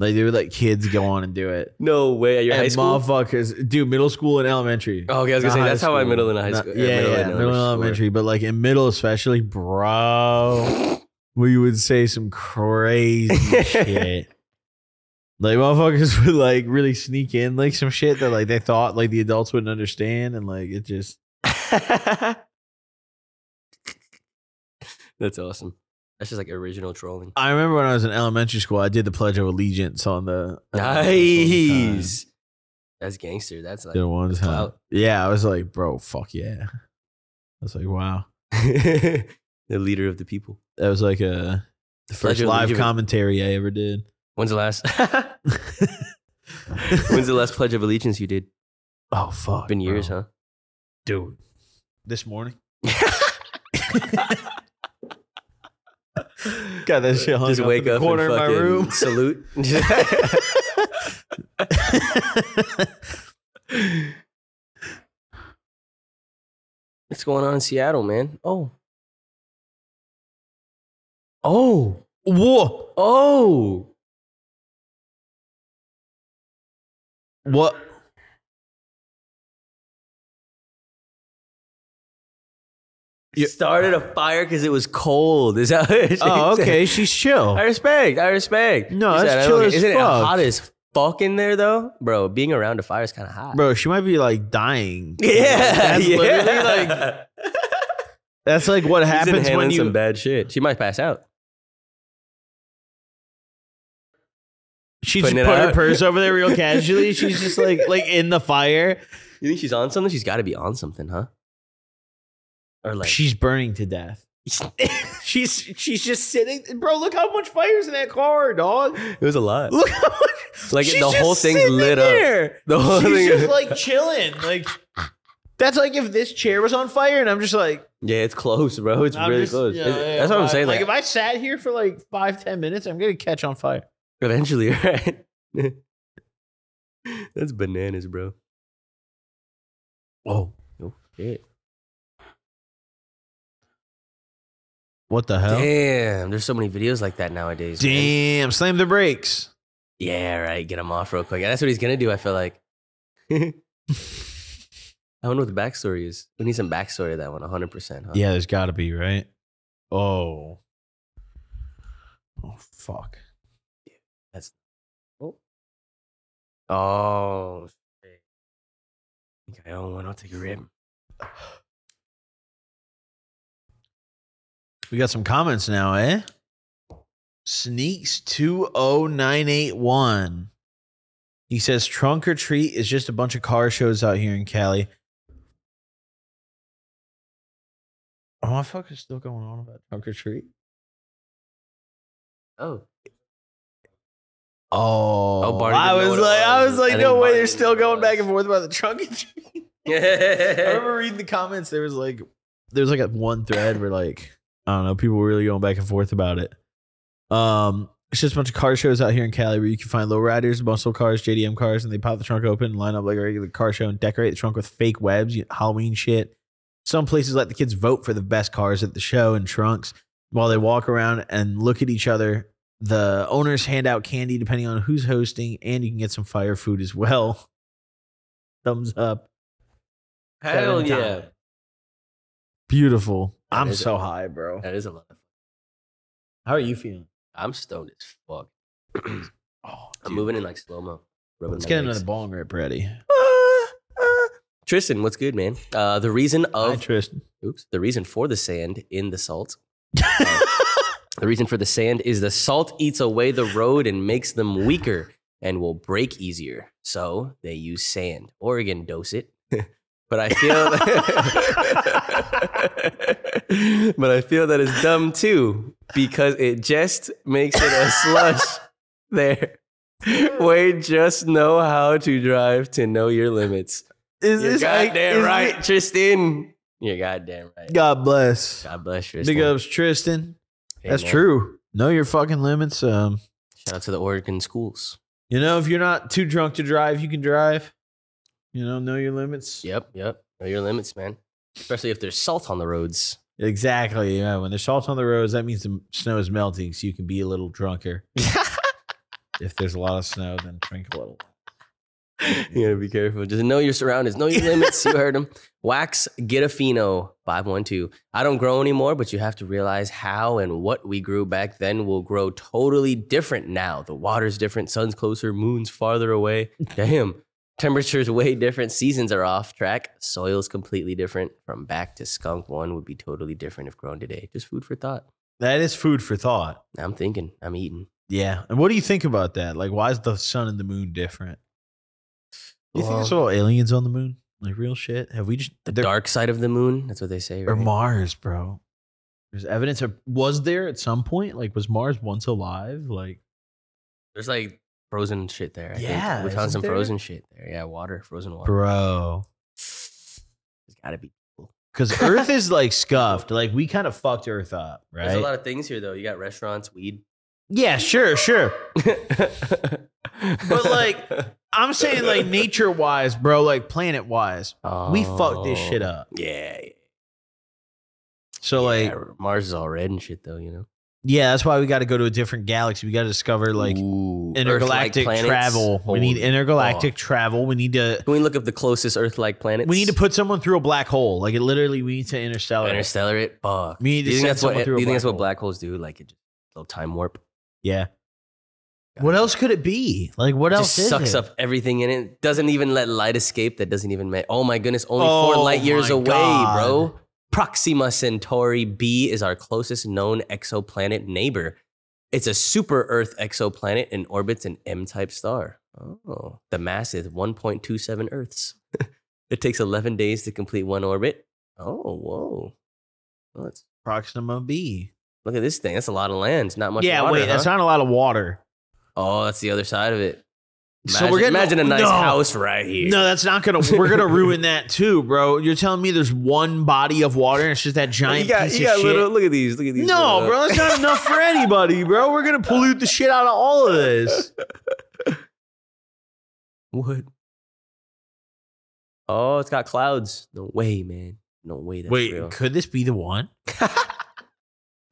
B: Like they would let kids go on and do it.
A: No way. At your
B: and
A: high school?
B: motherfuckers, dude, middle school and elementary.
A: Oh, okay, I was gonna say
B: Not high
A: that's how I
B: school.
A: middle and high
B: Not-
A: school. or
B: yeah, yeah, middle, and
A: school.
B: elementary, but like in middle especially, bro, we would say some crazy shit. Like motherfuckers would like really sneak in like some shit that like they thought like the adults wouldn't understand, and like it just
A: That's awesome. That's just like original trolling.
B: I remember when I was in elementary school, I did the Pledge of Allegiance on the
A: Nice. That's gangster. That's like
B: The one
A: that's
B: time.
A: clout.
B: Yeah, I was like, bro, fuck yeah. I was like, wow.
A: the leader of the people.
B: That was like a the
A: Pledge
B: first
A: of
B: live
A: Allegiance.
B: commentary I ever did.
A: When's the last? When's the last pledge of allegiance you did?
B: oh fuck.
A: Been years,
B: bro.
A: huh?
B: Dude. This morning. Got that shit hung
A: Just
B: up
A: wake
B: in the
A: up
B: corner
A: and
B: of my
A: fucking
B: room.
A: salute. What's going on in Seattle, man? Oh. Oh.
B: Whoa.
A: Oh.
B: What?
A: You started a fire because it was cold. Is that what she
B: Oh,
A: said?
B: okay. She's chill.
A: I respect. I respect.
B: No,
A: She
B: that's
A: said, I
B: chill
A: don't-
B: as
A: Isn't it
B: fuck.
A: hot as fuck in there though? Bro, being around a fire is kind of hot.
B: Bro, she might be like dying.
A: Yeah.
B: That's
A: yeah.
B: literally like That's like what
A: She's
B: happens when
A: inhaling
B: you.
A: some bad shit. She might pass out.
B: she just
A: putting
B: put
A: it
B: her
A: out.
B: purse over there real casually. She's just like like in the fire.
A: You think she's on something? She's got to be on something, huh? Or like
B: She's burning to death. she's she's just sitting. Bro, look how much fire's in that car, dog.
A: it was a lot.
B: Look how much.
A: Like
B: she's
A: the
B: just
A: whole thing's
B: sitting
A: lit up.
B: there.
A: The whole
B: She's
A: thing.
B: just like chilling. Like that's like if this chair was on fire and I'm just like
A: yeah, it's close, bro. It's
B: I'm
A: really
B: just-
A: close.
B: yeah,
A: It-
B: yeah,
A: that's what I'm
B: I-
A: saying.
B: Like,
A: Like,
B: if I sat here for like five, ten minutes, I'm gonna catch on fire.
A: eventually, right? that's bananas, bro.
B: Whoa.
A: Oh shit.
B: What the hell? Damn,
A: Damn, there's so many videos like that nowadays. man.
B: slam the brakes.
A: Yeah, right. Get him off real quick. That's what he's gonna do. I feel like. I wonder what the backstory is. We need some backstory of that one. 100. percent huh?
B: Yeah, there's gotta be, right? Oh. Oh fuck.
A: Oh. shit. I think I own one. I'll take a rip.
B: We got some comments now, eh? Sneaks 20981. He says trunk or treat is just a bunch of car shows out here in Cali. Oh, my fuck is still going on about trunk or treat?
A: Oh.
B: Oh,
A: Barney
B: I
A: didn't know what
B: was
A: it
B: like, I
A: was.
B: was
A: I
B: like,
A: think
B: no way,
A: Barney
B: they're
A: didn't
B: still
A: know what
B: going
A: it
B: back
A: was.
B: and forth about the trunk and treat. I remember reading the comments. There was like, there was like a one thread where like, I don't know, people were really going back and forth about it. Um, it's just a bunch of car shows out here in Cali where you can find lowriders, muscle cars, JDM cars, and they pop the trunk open and line up like a regular car show and decorate the trunk with fake webs, you- Halloween shit. Some places let the kids vote for the best cars at the show and trunks while they walk around and look at each other. The owners hand out candy depending on who's hosting, and you can get some fire food as well. Thumbs up.
A: Hell
B: Seven
A: yeah.
B: times. Beautiful.
A: That
B: I'm
A: is-
B: so high, bro.
A: That is a lot. Of
B: How are you feeling?
A: I'm stoned as fuck.
B: Oh,
A: I'm moving in like slow mo.
B: Let's get another bong rip ready.
A: Ah, Tristan, what's good, man? Uh, the reason
B: Hi,
A: of
B: Tristan.
A: Oops. The reason for the sand in the salt. um, the reason for the sand is the salt eats away the road and makes them weaker and will break easier. So they use sand. Oregon dose it. but I feel But I feel that it's dumb too because it just makes it a slush there. Wait, just know how to drive to know your limits.
B: Is
A: You're goddamn
B: is
A: right,
B: thi-
A: Tristan. You're goddamn right.
B: God bless.
A: God bless Tristan.
B: Big ups, Tristan.
A: Hey,
B: That's
A: man.
B: true. Know your fucking limits. Um,
A: Shout out to the Oregon schools.
B: you know, if you're not too drunk to drive, you can drive. You know, know your limits.
A: Yep, yep. Know your limits, man. Especially if there's salt on the roads.
B: Exactly. Yeah. When there's salt on the roads, that means the snow is melting, so you can be a little drunker. if there's a lot of snow, then drink a little.
A: you gotta be careful. Just know your surroundings, know your limits. you heard him. Wax Getafino 512. I don't grow anymore, but you have to realize how and what we grew back then will grow totally different now. The water's different, sun's closer, moon's farther away. Damn. Temperature's way different, seasons are off track, soil's completely different. From back to skunk, one would be totally different if grown today. Just food for thought.
B: That is food for thought.
A: I'm thinking, I'm eating.
B: Yeah. And what do you think about that? Like, why is the sun and the moon different? Do you think
A: Well-
B: it's all aliens on the moon? Like real shit? Have we just
A: The
B: they're-
A: dark side of the moon. That's what they say.
B: or
A: right?
B: Mars, bro? There's evidence of was there at some point? Like, was Mars once alive? Like,
A: There's like frozen shit there. I
B: Yeah,
A: think. we found
B: isn't
A: some
B: there?
A: frozen shit there. Yeah, water, frozen water.
B: bro,
A: There's got to be.
B: because Earth is like scuffed. Like, we kind of fucked Earth up,
A: There's
B: right?
A: a lot of things here though. You got restaurants, weed.
B: yeah, sure, sure.
A: but
B: like, I'm saying like nature wise, bro. Like planet wise, we fucked this shit up.
A: Oh, Yeah. yeah.
B: So like,
A: Yeah, Mars is all red and shit though. You know.
B: yeah, that's why we got to go to a different galaxy. We got to discover like
A: Ooh,
B: intergalactic
A: Earth-like planets.
B: travel. We
A: Holy
B: need intergalactic
A: fuck.
B: travel. We need to
A: Can we look up the closest Earth-like planets?
B: we need to put someone through a black hole. Like it literally, we need to interstellar.
A: interstellar it. Fuck.
B: We need to
A: Do you think
B: send
A: that's what?
B: someone
A: Do
B: through
A: you
B: a
A: think
B: black
A: that's what
B: hole.
A: black holes do? Like it just little time warp.
B: yeah. What else could it be? Like what
A: It
B: else
A: just sucks
B: is it?
A: up everything in it. Doesn't even let light escape. That doesn't even matter. Oh my goodness! Only
B: Oh
A: four light years
B: my
A: away,
B: God.
A: bro. Proxima Centauri b is our closest known exoplanet neighbor. It's a super Earth exoplanet and orbits an M type star. Oh, the mass is 1.27 Earths. it takes 11 days to complete one orbit. Oh, whoa. Let's
B: Proxima B.
A: look at this thing. That's a lot of land. Not much.
B: Yeah,
A: water,
B: wait, that's
A: huh?
B: not a lot of water.
A: Oh, that's the other side of it. Imagine,
B: so we're getting
A: imagine a nice
B: no.
A: house right here.
B: No, that's not gonna. We're gonna ruin that too, bro. You're telling me there's one body of water and it's just that giant
A: you got,
B: piece
A: you
B: of
A: got
B: shit.
A: little. Look at these. Look at these.
B: no,
A: little- uh,
B: bro, that's not enough for anybody, bro. We're gonna pollute the shit out of all of this.
A: What? Oh, it's got clouds. No way, man. No way. That's
B: Wait,
A: real.
B: could this be the one?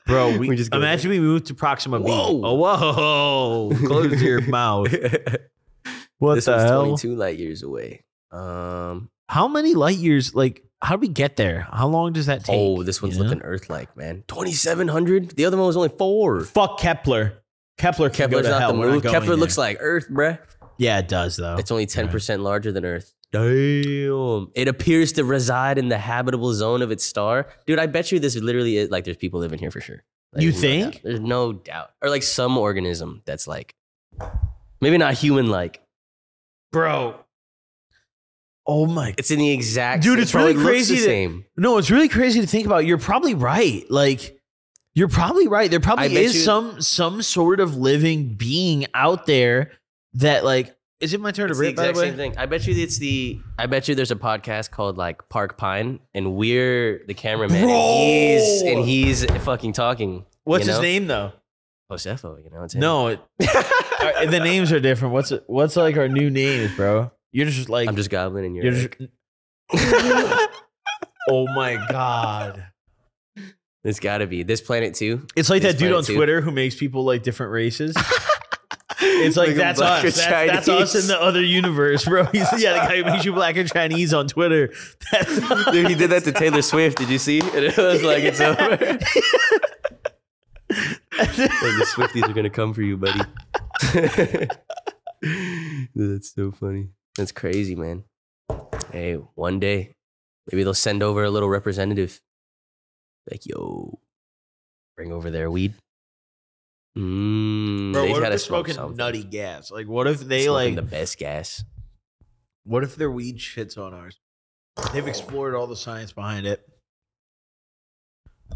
B: Bro, we,
A: We just go
B: imagine we moved to Proxima B.
A: Whoa.
B: Oh, whoa! Close your mouth. What
A: this
B: the
A: one's
B: hell?
A: 22 light years away. Um.
B: How many light years? Like, how do we get there? How long does that take?
A: oh, this one's
B: you know?
A: looking Earth-like, man. 2,700. The other one was only four.
B: Fuck Kepler. Kepler can go
A: Kepler's
B: to
A: not
B: hell.
A: the
B: We're not
A: moon.
B: going
A: Kepler
B: there. Oh,
A: looks like Earth, bruh.
B: Yeah, it does though.
A: It's only 10% larger than Earth. Damn. It appears to reside in the habitable zone of its star. Dude, I bet you this literally is like there's people living here for sure. Like,
B: You
A: there's no
B: think?
A: doubt. there's no doubt. Or like some organism that's like maybe not human like.
B: bro. Oh my!
A: It's in the exact
B: Dude,
A: same-
B: it's really
A: probably looks
B: crazy
A: the
B: that-
A: same.
B: No, it's really crazy to think about. You're probably right. Like, you're probably right. There probably
A: I bet
B: is
A: you-
B: some some sort of living being out there that like. Is it my turn
A: It's
B: to
A: the
B: rip? By
A: exact
B: the way,
A: same thing. I bet you it's the I bet you there's a podcast called like Park Pine and we're the cameraman
B: Bro!
A: and he's and he's fucking talking.
B: what's
A: you
B: his
A: know?
B: name though?
A: Josefo, you know it's him.
B: No, it, our- the names are different. What's what's like our new names, bro? You're just like
A: I'm just goblin and you're,
B: you're just, oh my god!
A: It's got to be this planet too.
B: It's like
A: He's
B: that dude
A: funny
B: on
A: too.
B: Twitter who makes people like different races. It's like,
A: a
B: that's
A: black
B: us.
A: or
B: That's, that's us in
A: Chinese.
B: the other universe, bro. He's, yeah, the guy who makes you black and Chinese on Twitter. That's
A: Dude, he did that to Taylor Swift. Did you see? And it was like it's over. like the Swifties are gonna come for you, buddy. that's so funny. That's crazy, man. Hey, one day maybe they'll send over a little representative. Like, yo, bring over their weed. Mm,
B: bro,
A: they
B: what if
A: gotta
B: they're
A: smoke
B: smoking
A: something.
B: nutty gas? Like, what if they
A: Smoking
B: like?
A: the best gas.
B: what if their weed shits on ours? They've explored all the science behind it.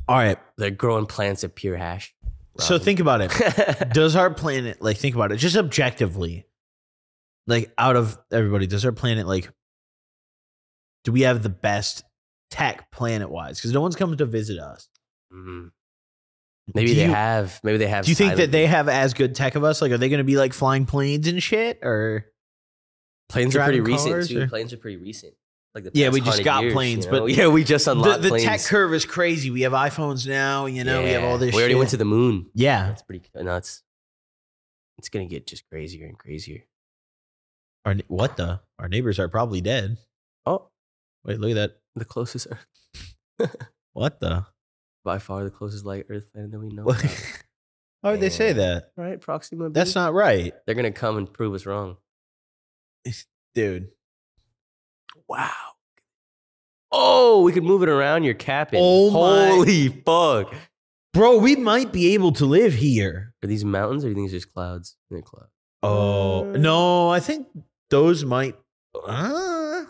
B: All right,
A: They're growing plants of pure hash.
B: so
A: Robin.
B: think about it. does our planet like think about it just objectively like out of everybody does our planet like do we have the best tech planet wise because no one's coming to visit us
A: Mhm. Maybe
B: Do
A: they
B: you-
A: have. Maybe they have.
B: do you think that
A: silent-
B: they have as good tech of us like are they going to be like flying planes and shit or
A: planes are pretty
B: driving
A: recent
B: cars,
A: too?
B: or-
A: Planes are pretty recent. Like the
B: Yeah,
A: past
B: we
A: 100
B: just got
A: years,
B: planes,
A: you know?
B: but
A: yeah, we just
B: the,
A: unlocked
B: the
A: planes.
B: tech curve is crazy we have iphones now you know we have all this
A: We already
B: shit.
A: went to the moon.
B: yeah
A: That's pretty nuts. It's gonna get just crazier and crazier.
B: our, ne- what the our neighbors are probably dead
A: Oh,
B: wait look at that
A: the closest Earth,
B: what the
A: by far the closest light Earth planet that we know.
B: why
A: about.
B: would they say
A: Yeah.
B: that
A: All right, Proxima. B.
B: that's not right
A: They're gonna come and prove us wrong.
B: dude
A: Wow. Oh, we could move it around. You're capping.
B: Oh my-
A: Holy fuck!
B: Bro, we might be able to live here.
A: Are these mountains or do you think it's just clouds? They're clouds.
B: Oh
A: Uh,
B: no, I think those might. Uh,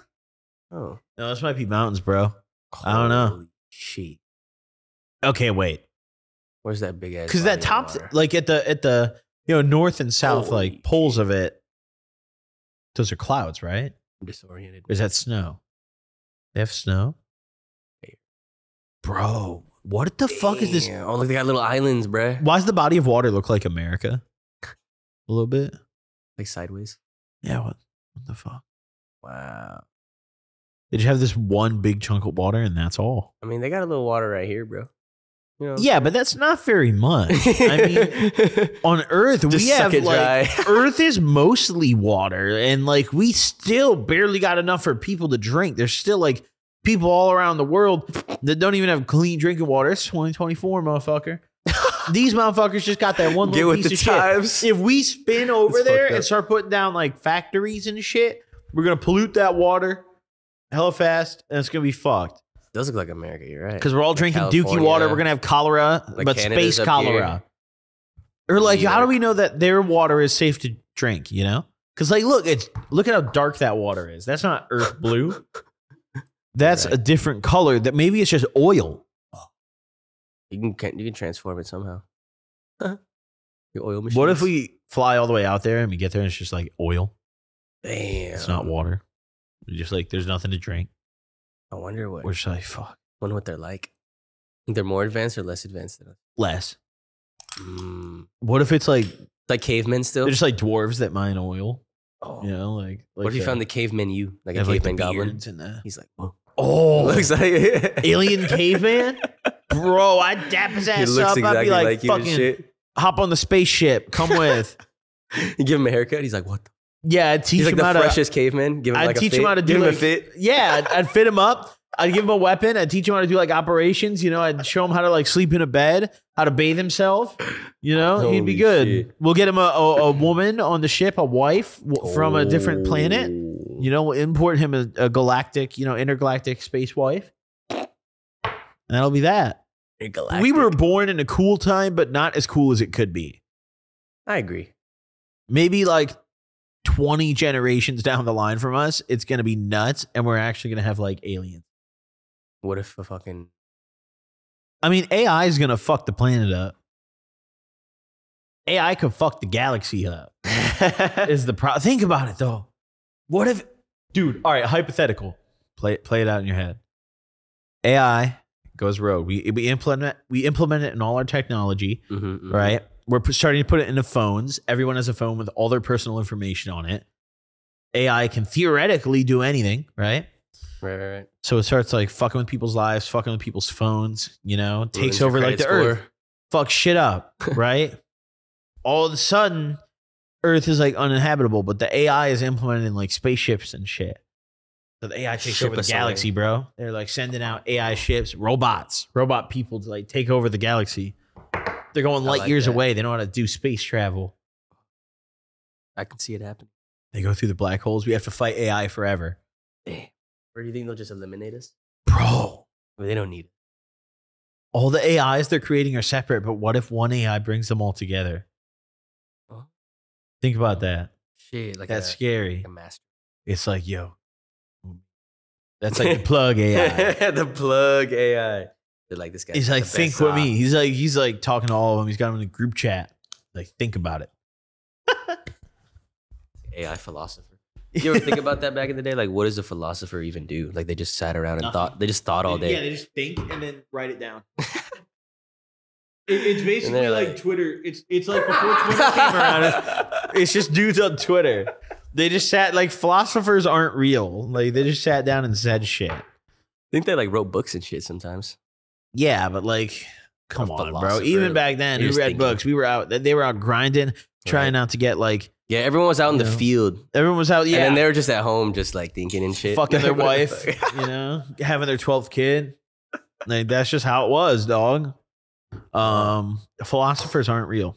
A: Oh.
B: no, this might be mountains, bro. I don't know.
A: Holy Shit.
B: Okay, wait,
A: Where's that big ass?
B: because
A: body
B: that
A: of
B: top,
A: water?
B: like at the at the you know north and south,
A: Holy
B: like poles of it, those are clouds, right?
A: I'm disoriented.
B: Or is that snow? They have snow, bro. What the fuck is this?
A: Damn. Oh, look, they got little islands, bruh.
B: Why does the body of water look like America? A little bit,
A: Like sideways.
B: yeah. What, what the fuck?
A: Wow.
B: They just have this one big chunk of water, and that's all.
A: I mean, they got a little water right here, bro. You know?
B: Yeah, but that's not very much. I mean, on Earth,
A: just
B: we have
A: suck it
B: like
A: dry.
B: Earth is mostly water, and like we still barely got enough for people to drink. There's still like people all around the world that don't even have clean drinking water. It's 2024, motherfucker. These motherfuckers just got that one
A: Get
B: little
A: with
B: piece
A: the
B: of
A: times.
B: shit. If we spin over
A: It's
B: there
A: fucked
B: and
A: up.
B: start putting down like factories and shit, we're gonna pollute that water hella fast, and it's gonna be fucked.
A: does look like America. You're right.
B: Because we're all drinking Dookie
A: California.
B: water. We're gonna have cholera,
A: Like
B: but
A: Canada's
B: space
A: up
B: cholera. Or like,
A: New
B: how do
A: York.
B: we know that their water is safe to drink? You know, because like, look, it's look at how dark that water is. That's not earth blue. That's
A: Right.
B: a different color. That maybe it's just oil.
A: You can- can you can transform it somehow. Huh. Your oil machine.
B: What if we fly all the way out there and we get there and it's just like oil?
A: Damn.
B: It's not water. We're just like there's nothing to drink.
A: I wonder what.
B: We're just like fuck
A: wonder what they're like. Think they're more advanced or less advanced than us.
B: less.
A: Mm.
B: What if it's like
A: Like cavemen still.
B: they're just like dwarves that mine oil?
A: Oh.
B: You know, like, uh,
A: what if you found the caveman you like a
B: have, like,
A: caveman
B: the
A: goblin?
B: beards and the-
A: He's like, whoa.
B: Oh,
A: Looks like
B: alien caveman, bro. I'd dap his
A: He
B: ass
A: looks
B: up. I'd
A: exactly
B: be like,
A: like you and
B: fucking
A: shit.
B: hop on the spaceship. Come with.
A: You give him a haircut. He's like, what? the-
B: yeah, I'd teach
A: He's like
B: him
A: the
B: how to.
A: freshest caveman. Give him
B: I'd
A: like
B: teach
A: a fit.
B: him how to do
A: give him
B: like,
A: a fit.
B: Yeah, I'd, I'd fit him up. I'd give him a weapon. I'd teach him how to do like operations. You know, I'd show him how to like sleep in a bed, how to bathe himself. You know, he'd
A: Holy
B: be good.
A: shit.
B: We'll get him a, a, a woman on the ship, a wife w- from a different planet.
A: Oh.
B: You know, we'll import him a, a galactic, you know, intergalactic space wife. And that'll be that.
A: Galactic.
B: We were born in a cool time, but not as cool as it could be.
A: I agree.
B: Maybe like 20 generations down the line from us, it's going to be nuts. And we're actually going to have like aliens.
A: What if a fucking
B: I mean, AI is going to fuck the planet up. AI could fuck the galaxy up, is the problem. Think about it though. What if, dude, all right, hypothetical. Play, play it out in your head. AI goes rogue. We, we, implement, we implement it in all our technology.
A: Mhm, mhm.
B: right? We're p- starting to put it into phones. Everyone has a phone with all their personal information on it. AI can theoretically do anything, right?
A: Right, right, right.
B: So it starts like fucking with people's lives, fucking with people's phones, you know,
A: Ruins
B: takes
A: your
B: over like the
A: credit
B: earth,
A: score.
B: fuck shit up, right? all of a sudden, Earth is like uninhabitable, but the AI is implementing like spaceships and shit. So the AI takes
A: Ship
B: over the
A: us
B: galaxy, bro. They're like sending out AI ships, robots, robot people to like take over the galaxy. They're going
A: I
B: light
A: like
B: years
A: that.
B: away. They know how to do space travel.
A: I can see it happen.
B: They go through the black holes. We have to fight AI forever.
A: Damn. Or do you think they'll just eliminate us?
B: Bro,
A: Well, they don't need it.
B: all the AIs they're creating are separate, but what if one AI brings them all together?
A: Huh?
B: Think about that.
A: Shit, like
B: That's
A: a,
B: scary.
A: like a master.
B: It's like, yo, mm, that's like the plug AI.
A: the plug AI. They're like this guy.
B: He's like, think with me. He's like, he's like talking to all of them. He's got them in a group chat. Like, think about it.
A: AI philosopher. You ever think about that back in the day? Like, what does a philosopher even do? Like, they just sat around and
B: Nothing.
A: thought. They just thought all day.
B: they just think and then write it down. it's
A: basically like like-
B: Twitter. It's it's like before It's just dudes on Twitter. They just sat like philosophers aren't real. Like they just sat down and said shit.
A: I think they like wrote books and shit sometimes.
B: Yeah, but like, come
A: A
B: on, bro.
A: philosopher,
B: Even
A: like,
B: back then, we
A: you're
B: read
A: just thinking.
B: books. We were out. They were out grinding, trying not to get like
A: Yeah, everyone was out in the
B: Yeah.
A: field.
B: everyone was out.
A: And
B: Yeah,
A: then they were just at home, just like thinking and shit.
B: fucking their
A: What the
B: wife.
A: fuck?
B: you know, having their twelfth kid. Like that's just how it was, dog. Um, philosophers aren't real.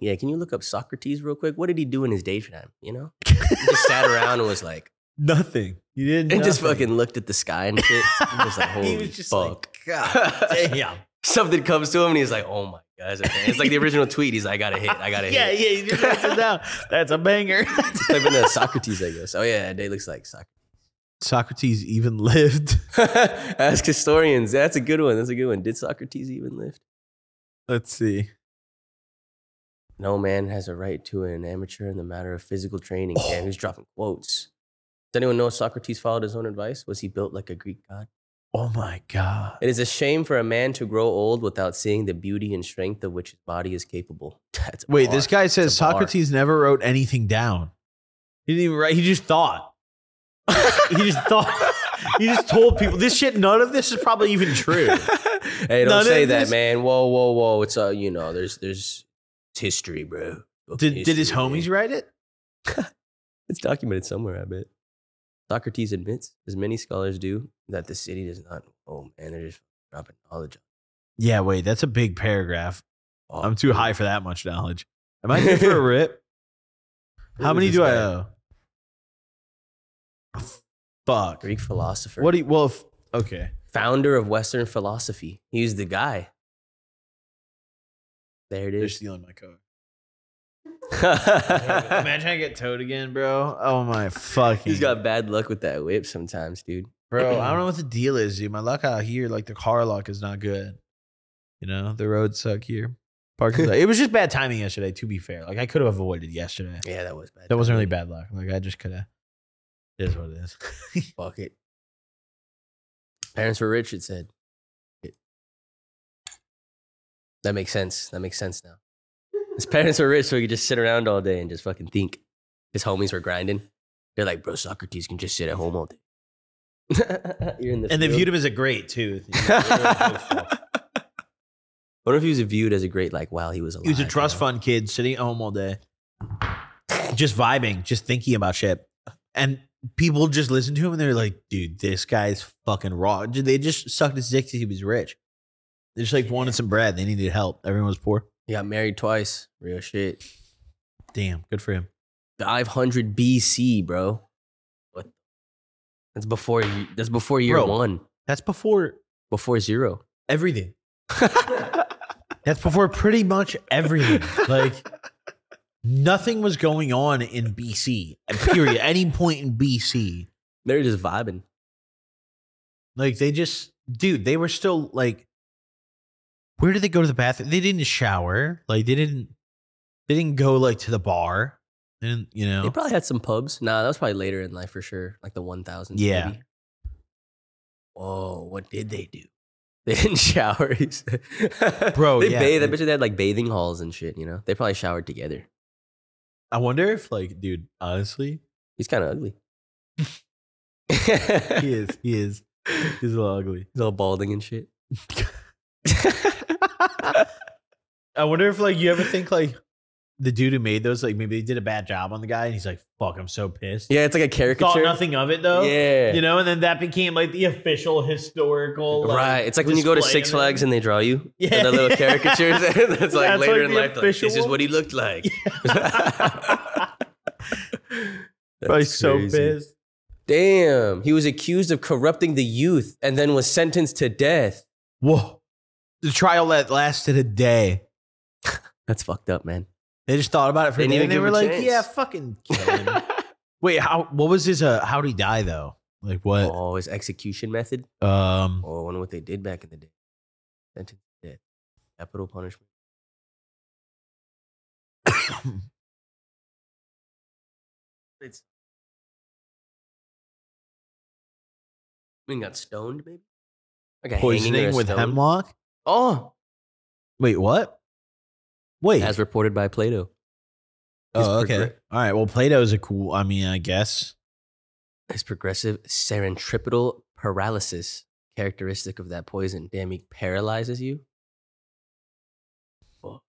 A: Yeah, can you look up Socrates real quick? What did he do in his daytime? You know, he just sat around and was like,
B: Nothing. You didn't.
A: and just
B: nothing.
A: fucking looked at the sky and shit. He was like, holy
B: He was just
A: fuck.
B: like, damn.
A: Something comes to him and he's like, oh my god, it's, a bang." It's like the original tweet. He's like, I got to hit, I got to
B: Yeah,
A: hit.
B: yeah. You just writes it down. That's a banger.
A: Type in the Socrates, I guess. Oh yeah, day looks like Socrates.
B: Socrates even lived.
A: Ask historians. That's a good one. That's a good one. Did Socrates even live?
B: Let's see.
A: No man has a right to an amateur in the matter of physical training. Damn, he's dropping quotes. Does anyone know if Socrates followed his own advice? Was he built like a Greek god?
B: Oh my god.
A: It is a shame for a man to grow old without seeing the beauty and strength of which his body is capable. That's a
B: Wait,
A: bar.
B: this guy says
A: It's a bar.
B: Socrates never wrote anything down. He didn't even write. He just thought. he just thought. He just told people this shit. None of this is probably even true.
A: hey, don't
B: None
A: say
B: of
A: that,
B: this-
A: man. Whoa, whoa, whoa. It's uh, you know, there's there's it's history, bro. Fucking
B: Did did his
A: history,
B: homies
A: man.
B: write it?
A: It's documented somewhere, I bet. Socrates admits, as many scholars do, that the city does not. Oh man, they're just dropping knowledge.
B: Yeah. Wait, that's a big paragraph.
A: Oh,
B: I'm too high for that much knowledge. Am I due for a rip? How
A: Who
B: many
A: is
B: do
A: this
B: I uh,
A: guy?
B: owe? Fuck.
A: Greek philosopher.
B: What do you? Well, if, okay.
A: founder of Western philosophy. He's the guy. There it
B: They're
A: is.
B: stealing my coat.
A: He's
B: Imagine I get towed again, bro. Oh my fucking.
A: got bad luck with that whip sometimes, dude.
B: bro. I don't know what the deal is, dude. My luck out here, like the car luck, is not good. You know, the roads suck here. Parking. it was just bad timing yesterday. To be fair, like I could have avoided yesterday.
A: Yeah, that was bad.
B: That wasn't really bad luck. Like I just could have. It is what it is.
A: Fuck it. Parents were rich, it said. It- That makes sense. That makes sense now. His parents were rich, so he could just sit around all day and just fucking think. His homies were grinding. They're like, bro, Socrates can just sit at home all day. You're in the
B: and they
A: field.
B: viewed him as a great too.
A: I wonder if he was viewed as a great, like, while he was alive.
B: He was a trust fund kid sitting at home all day, just vibing, just thinking about shit. And people just listened to him and they're like, dude, this guy's fucking raw. Dude, They just sucked his dick 'cause he was rich. They just like wanted some bread. They needed help. Everyone was poor.
A: He got married twice. Real shit.
B: Damn, good for him.
A: 500 BC, bro. What? That's before, y- that's before year
B: Bro.
A: one,
B: That's before
A: before zero.
B: everything. That's before pretty much everything. Like nothing was going on in BC. Period. Any point in BC.
A: They're just vibing.
B: Like they just, dude, they were still like, where did they go to the bathroom? They didn't shower. Like they didn't, they didn't go like to the bar. They didn't, you know,
A: They probably had some pubs. Nah, that was probably later in life for sure, like the 1000s.
B: Yeah.
A: Maybe. Whoa, what did they do? They didn't shower. he said.
B: Bro,
A: they
B: yeah,
A: bathed. I
B: dude.
A: bet you they had like bathing halls and shit. You know, they probably showered together.
B: I wonder if like, dude, honestly,
A: He's kind of ugly.
B: he
A: He's
B: is, he is, he's a little ugly.
A: all balding and shit.
B: I wonder if like you ever think like the dude who made those, like maybe they did a bad job on the guy and he's like, fuck, I'm so pissed.
A: Yeah, it's like a
B: Thought
A: caricature.
B: nothing of it though.
A: Yeah,
B: You know, and then that became like the official historical. Like,
A: right. It's like when you go to
B: uh, display
A: Six
B: of it.
A: Flags and they draw you.
B: Yeah.
A: the little caricatures. That's like
B: That's
A: later
B: like
A: in
B: the
A: life. like,
B: official
A: this is
B: one.
A: what he looked like.
B: Probably
A: That's
B: so
A: crazy.
B: pissed.
A: Damn, he was accused of corrupting the youth and then was sentenced to death.
B: Whoa. The trial that lasted a day.
A: That's fucked up, man.
B: They just thought about it for a
A: Didn't
B: day
A: even
B: and they
A: give
B: were
A: him a
B: like,
A: chance.
B: yeah, fucking kill him. Wait, how what was his uh how'd he die though? Like what?
A: oh, his execution method.
B: Um
A: Oh, I wonder what they did back in the day. Sentence to death, capital punishment. It's. I mean, got stoned, maybe. Like a hanging or
B: poisoning
A: a
B: with
A: stone?
B: hemlock?
A: Oh,
B: Wait, what? Wait.
A: as reported by Plato.
B: oh,
A: his
B: okay.
A: progr-
B: All right. Well, Plato's a cool I mean, I guess.
A: His progressive serentripital paralysis, characteristic of that poison. Damn, he paralyzes you. Fuck.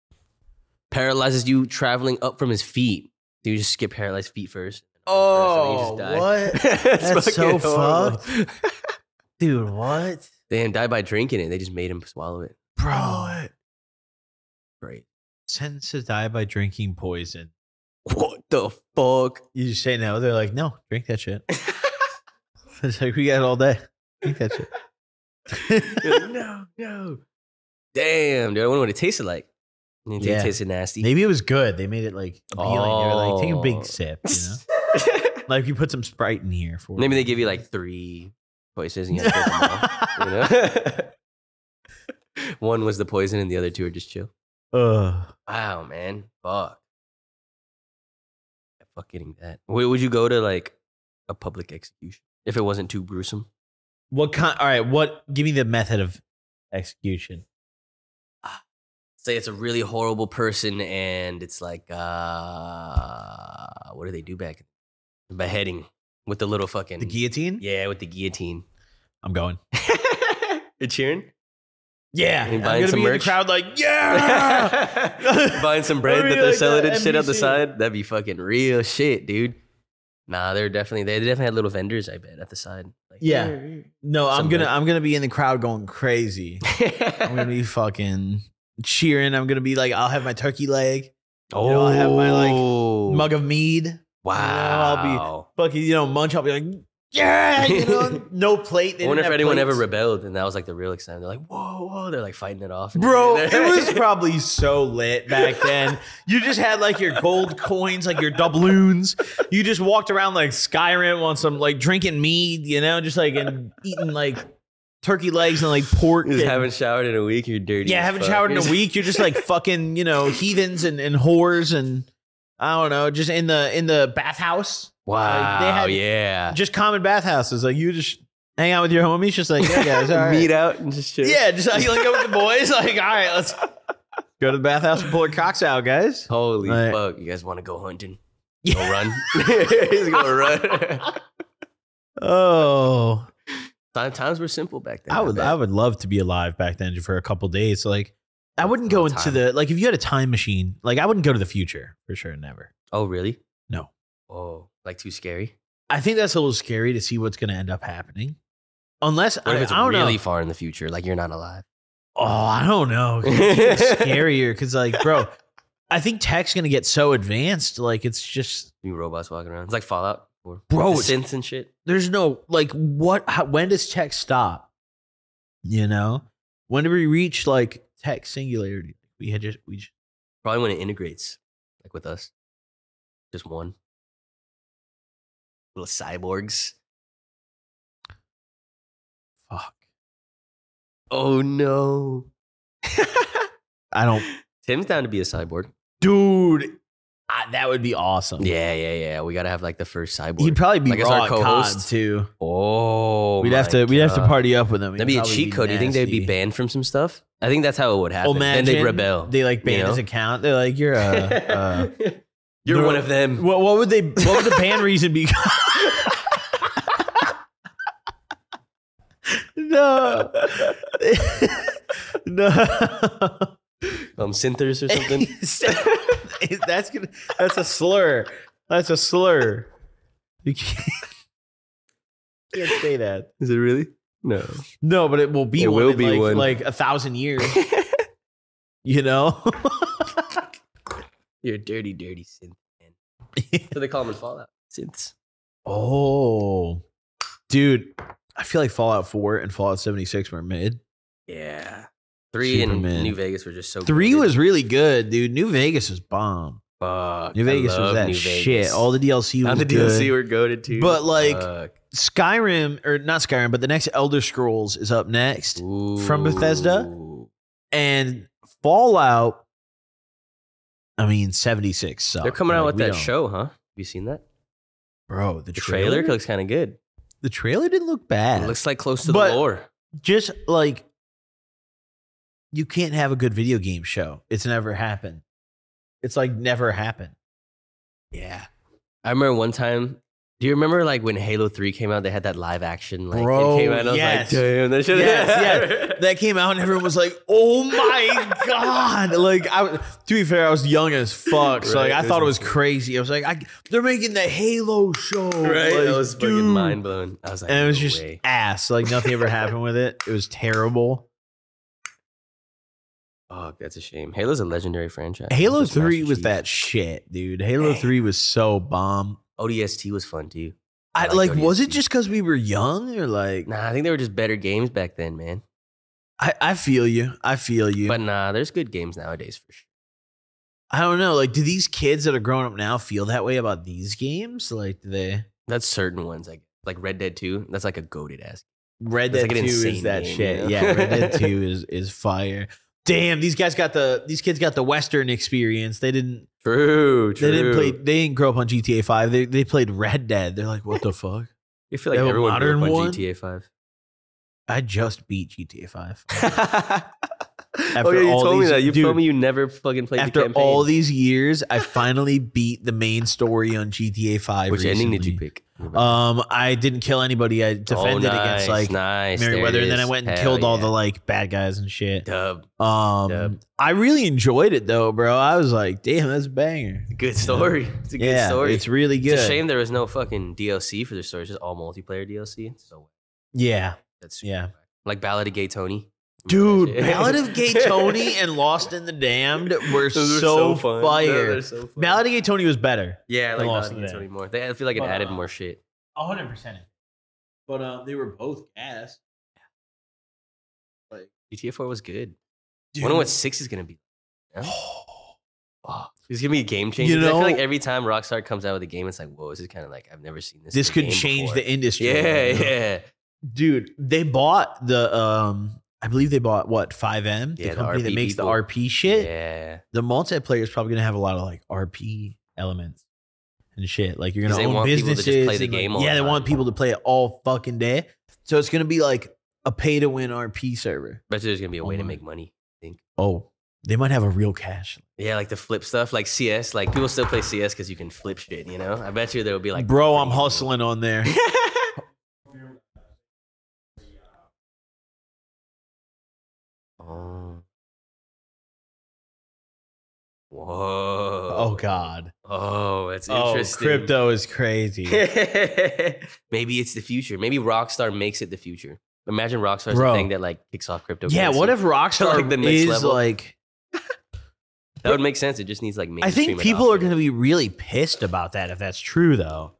A: Paralyzes you traveling up from his feet. Do you just skip paralyzed feet first? Oh,
B: what? That's so
A: fucked.
B: Dude, what?
A: Damn, died by drinking it. They just made him swallow it.
B: Bro.
A: Great.
B: Sentenced to die by drinking poison.
A: What the fuck?
B: You just say no. They're like, no, drink that shit. it's like we got it all day. Drink that shit.
A: no, no. Damn, dude. I wonder what it tasted like. It
B: Yeah.
A: tasted nasty.
B: Maybe it was good. They made it like appealing. They were like, take a
A: Oh.
B: big sip. You know? like if you put some sprite in here for.
A: Maybe they give you like three choices and you have to take them all. You know? One was the poison and the other two are just chill.
B: Ugh.
A: Wow, man. Fuck. Yeah, Fuck getting that. Wait, would you go to like a public execution if it wasn't too gruesome?
B: What kind? All right. What? Give me the method of execution.
A: Say it's a really horrible person and it's like, uh, what do they do back? Beheading with the little fucking.
B: The guillotine.
A: yeah, with the guillotine.
B: I'm going.
A: you cheering?
B: Yeah.
A: You
B: I'm
A: buying
B: gonna
A: some
B: be in the
A: merch?
B: crowd like yeah.
A: Buying some bread
B: Or
A: that
B: be
A: they're
B: like
A: selling
B: that
A: and shit on the
B: NBC.
A: side. That'd be fucking real shit, dude. Nah, they're definitely they definitely had little vendors, I bet, at the side. Like,
B: Yeah. No, I'm
A: Some
B: gonna
A: merch.
B: I'm gonna be in the crowd going crazy. I'm gonna be fucking cheering. I'm gonna be like, I'll have my turkey leg,
A: oh,
B: know, I'll have my, like,
A: like
B: mug of mead.
A: Oh, Wow.
B: I'll be- fucking, you know, munch. I'll be like, yeah, you know, no plate. They
A: I wonder
B: didn't
A: if
B: have
A: anyone
B: plates.
A: ever rebelled, and that was like the real extent. They're like, whoa, whoa, they're like fighting it off.
B: Bro, it was probably so lit back then. You just had like your gold coins, like your doubloons. You just walked around like Skyrim on some like drinking mead, you know, just like and eating like turkey legs and like pork.
A: just
B: and-
A: haven't showered in a week. You're dirty.
B: yeah,
A: as
B: haven't
A: fuck.
B: showered in
A: You're
B: a
A: just-
B: week. You're just like fucking, you know, heathens and, and whores and I don't know, just in the in the bathhouse.
A: Wow.
B: Like, they had-
A: yeah.
B: Just common bathhouses. Like you just hang out with your homies, just like, yeah, guys, all right.
A: Meet out and just chill.
B: Yeah, just like you like go with the boys, like, all right, let's go to the bathhouse and pull our cocks out, guys.
A: Holy
B: Like-
A: fuck! You guys want to go hunting?
B: Yeah.
A: Go run. He's gonna run.
B: Oh,
A: Time- Times were simple back then.
B: I would,
A: bet.
B: I would love to be alive back then for a couple days. Like, I wouldn't go
A: Long
B: into
A: time.
B: the like if you had a time machine, like I wouldn't go to the future for sure, never.
A: Oh really?
B: No.
A: Oh, like too scary.
B: I think that's a little scary to see what's going to end up happening, unless
A: What
B: I,
A: if it's
B: I don't
A: really
B: know.
A: far in the future? Like you're not alive.
B: Oh, I don't know. It's scarier because, like, bro, I think tech's going to get so advanced. Like, it's just
A: New robots walking around. It's like Fallout. Or
B: Bro,
A: the
B: it's-
A: synths and shit.
B: there's no like what how, when does tech stop you know when do we reach like tech singularity we had just we just
A: Probably when it integrates, like with us, just one little cyborgs.
B: fuck
A: Oh no,
B: i don't
A: Tim's down to be a cyborg.
B: dude I, that would be awesome
A: Yeah, yeah, yeah. We gotta have like the first cyborg.
B: he'd probably be
A: Like, as
B: raw
A: our
B: at
A: co-host.
B: COD too
A: oh,
B: we'd have
A: my
B: to we'd have to
A: God.
B: party up with him
A: That'd be a cheat code. Do You think they'd be banned from some stuff? I think that's how it would happen.
B: Imagine
A: then they'd rebel.
B: They like banned
A: you know?
B: his account. They're like, "You're a." Uh,
A: You're
B: they're-
A: one of them.
B: what, what would they? What would the ban reason be? no, no.
A: Um, synthers or something.
B: that's gonna, that's a slur. That's a slur. You can't, can't say that.
A: Is it really? No.
B: No, but it will be.
A: It
B: one
A: will
B: in,
A: be
B: like,
A: one.
B: like a thousand years. you know.
A: You're a dirty, dirty synth man. So they call them in Fallout synths.
B: oh, dude, I feel like Fallout Four and Fallout seventy six were mid.
A: Yeah. Three
B: Superman.
A: and New Vegas were just so.
B: Three
A: goated.
B: was really good, dude. New Vegas was bomb.
A: Fuck,
B: New
A: I
B: Vegas was
A: love
B: that
A: New
B: shit.
A: Vegas.
B: All the DLC
A: Now
B: was
A: the
B: good.
A: DLC were goaded too.
B: But, like,
A: Fuck.
B: Skyrim or not Skyrim, but the next Elder Scrolls is up next, from Bethesda?
A: Ooh.
B: and Fallout. I mean, seventy six. sucked.
A: They're coming out
B: Like,
A: with
B: we
A: that
B: don't-
A: show, huh? Have you seen that?
B: bro. The,
A: The trailer looks kind of good.
B: The trailer didn't look bad.
A: It looks like close to
B: But-
A: the lore.
B: just like you can't have a good video game show. It's never happened. It's like never happened.
A: Yeah. I remember one time. Do you remember like when Halo 3 came out, they had that live action like
B: Bro,
A: it came out and
B: yes.
A: I was like, damn, that shit
B: Yes,
A: yeah.
B: That came out and everyone was like, "Oh my god!" Like, I to be fair, I was young as fuck, so
A: Right,
B: like I
A: it
B: thought it was
A: was-
B: crazy. I was like, I, "They're making the Halo show,
A: Right?
B: Like,
A: I was
B: dude.
A: fucking mind blown. I was like,
B: And it was
A: no
B: just
A: way.
B: ass. Like nothing ever happened with it. It was terrible.
A: Oh, that's a shame. Halo's a legendary franchise.
B: Halo
A: That's Master
B: Three was
A: Chief.
B: that shit, dude. Halo
A: Damn.
B: Three was so bomb.
A: ODST was fun too. I
B: I
A: like
B: like. Was it
A: ODST.
B: just because we were young, or like?
A: Nah, I think they were just better games back then, man.
B: I, I feel you. I feel you.
A: But nah, there's good games nowadays for sure.
B: I don't know. Like, do these kids that are growing up now feel that way about these games? Like, do they
A: That's certain ones, like like Red Dead 2. That's like a goaded ass.
B: Red
A: That's
B: Dead
A: like an
B: Two is
A: insane
B: that
A: game,
B: shit.
A: you know?
B: Yeah, Red Dead Two is is fire. Damn, these guys got the these kids got the Western experience. They didn't
A: True, true.
B: they didn't play they didn't grow up on GTA Five. They they played Red Dead. They're like, what the fuck?
A: I feel like
B: They have a
A: everyone grew up
B: modern
A: on
B: one?
A: GTA 5.
B: I just beat GTA Five
A: oh yeah, you
B: all
A: told me
B: these-
A: that. You
B: dude.
A: told me you never fucking played the
B: after
A: campaign.
B: all these years. I finally beat the main story on GTA Five.
A: Which ending did you
B: recently.
A: pick?
B: Um, I didn't kill anybody.
A: Uh,
B: I
A: Oh,
B: defended
A: nice,
B: against like
A: nice. There
B: Meriwether,
A: it
B: and then I
A: is.
B: went and
A: Hell
B: killed all
A: yeah.
B: the like bad guys and shit.
A: Dub.
B: Um,
A: Dub.
B: I really enjoyed it though, bro. I was like, damn, that's a banger.
A: Good story. It's a good
B: yeah,
A: story.
B: it's really good.
A: It's a shame there was no fucking DLC for the story. It's just all multiplayer DLC. So
B: Yeah,
A: that's super
B: yeah,
A: whack. Like Ballad of Gay Tony. Remember
B: dude.
A: that shit?
B: Ballad of Gay Tony and Lost in the Damned were
A: Those
B: so,
A: are fun. Those
B: fire.
A: are so fun.
B: Ballad of Gay Tony was better.
A: Yeah, I
B: They
A: like
B: lost
A: Ballad of
B: in
A: Gay
B: the
A: Tony more. They, I feel like it
B: But,
A: added
B: uh,
A: more shit.
B: hundred percent. But um, they were both gas.
A: GTA 4 was good. I wonder what 6 is going to be. It's going to be a game changer.
B: You
A: 'Cause I feel like
B: know-
A: every time Rockstar comes out with a game, it's like, whoa, this is kind of like, I've never seen this.
B: this
A: in a
B: could
A: game
B: change
A: before.
B: the industry.
A: Yeah,
B: right now.
A: yeah.
B: dude. They bought the um, I believe they bought what 5M,
A: Yeah,
B: the
A: the
B: company that
A: RP
B: makes
A: people.
B: the RP shit.
A: Yeah.
B: The multiplayer is probably gonna have a lot of like RP elements and shit. Like you're
A: 'Cause
B: gonna
A: they
B: own
A: want people to
B: businesses.
A: just play the
B: and, like,
A: game all
B: yeah,
A: the
B: they want
A: time.
B: people to play it all fucking day. So it's gonna be like a pay to win RP server.
A: Bet you there's going to be a way to
B: Online.
A: make money.
B: Oh, they might have a real cash,
A: Yeah, like the flip stuff, like CS. Like people still play CS because you can flip shit, you know? I bet you there will be like.
B: bro. I'm hustling on there.
A: oh. Whoa.
B: oh God.
A: Oh, that's
B: Oh,
A: interesting.
B: crypto is crazy.
A: Maybe it's the future. Maybe Rockstar makes it the future. Imagine Rockstar's
B: Bro.
A: the thing that like kicks off crypto.
B: yeah, what if Rockstar
A: Like the next
B: is
A: level.
B: like?
A: that would make sense? It just needs like
B: I
A: mainstream.
B: think people are
A: adoption.
B: going to be really pissed about that if that's true, though.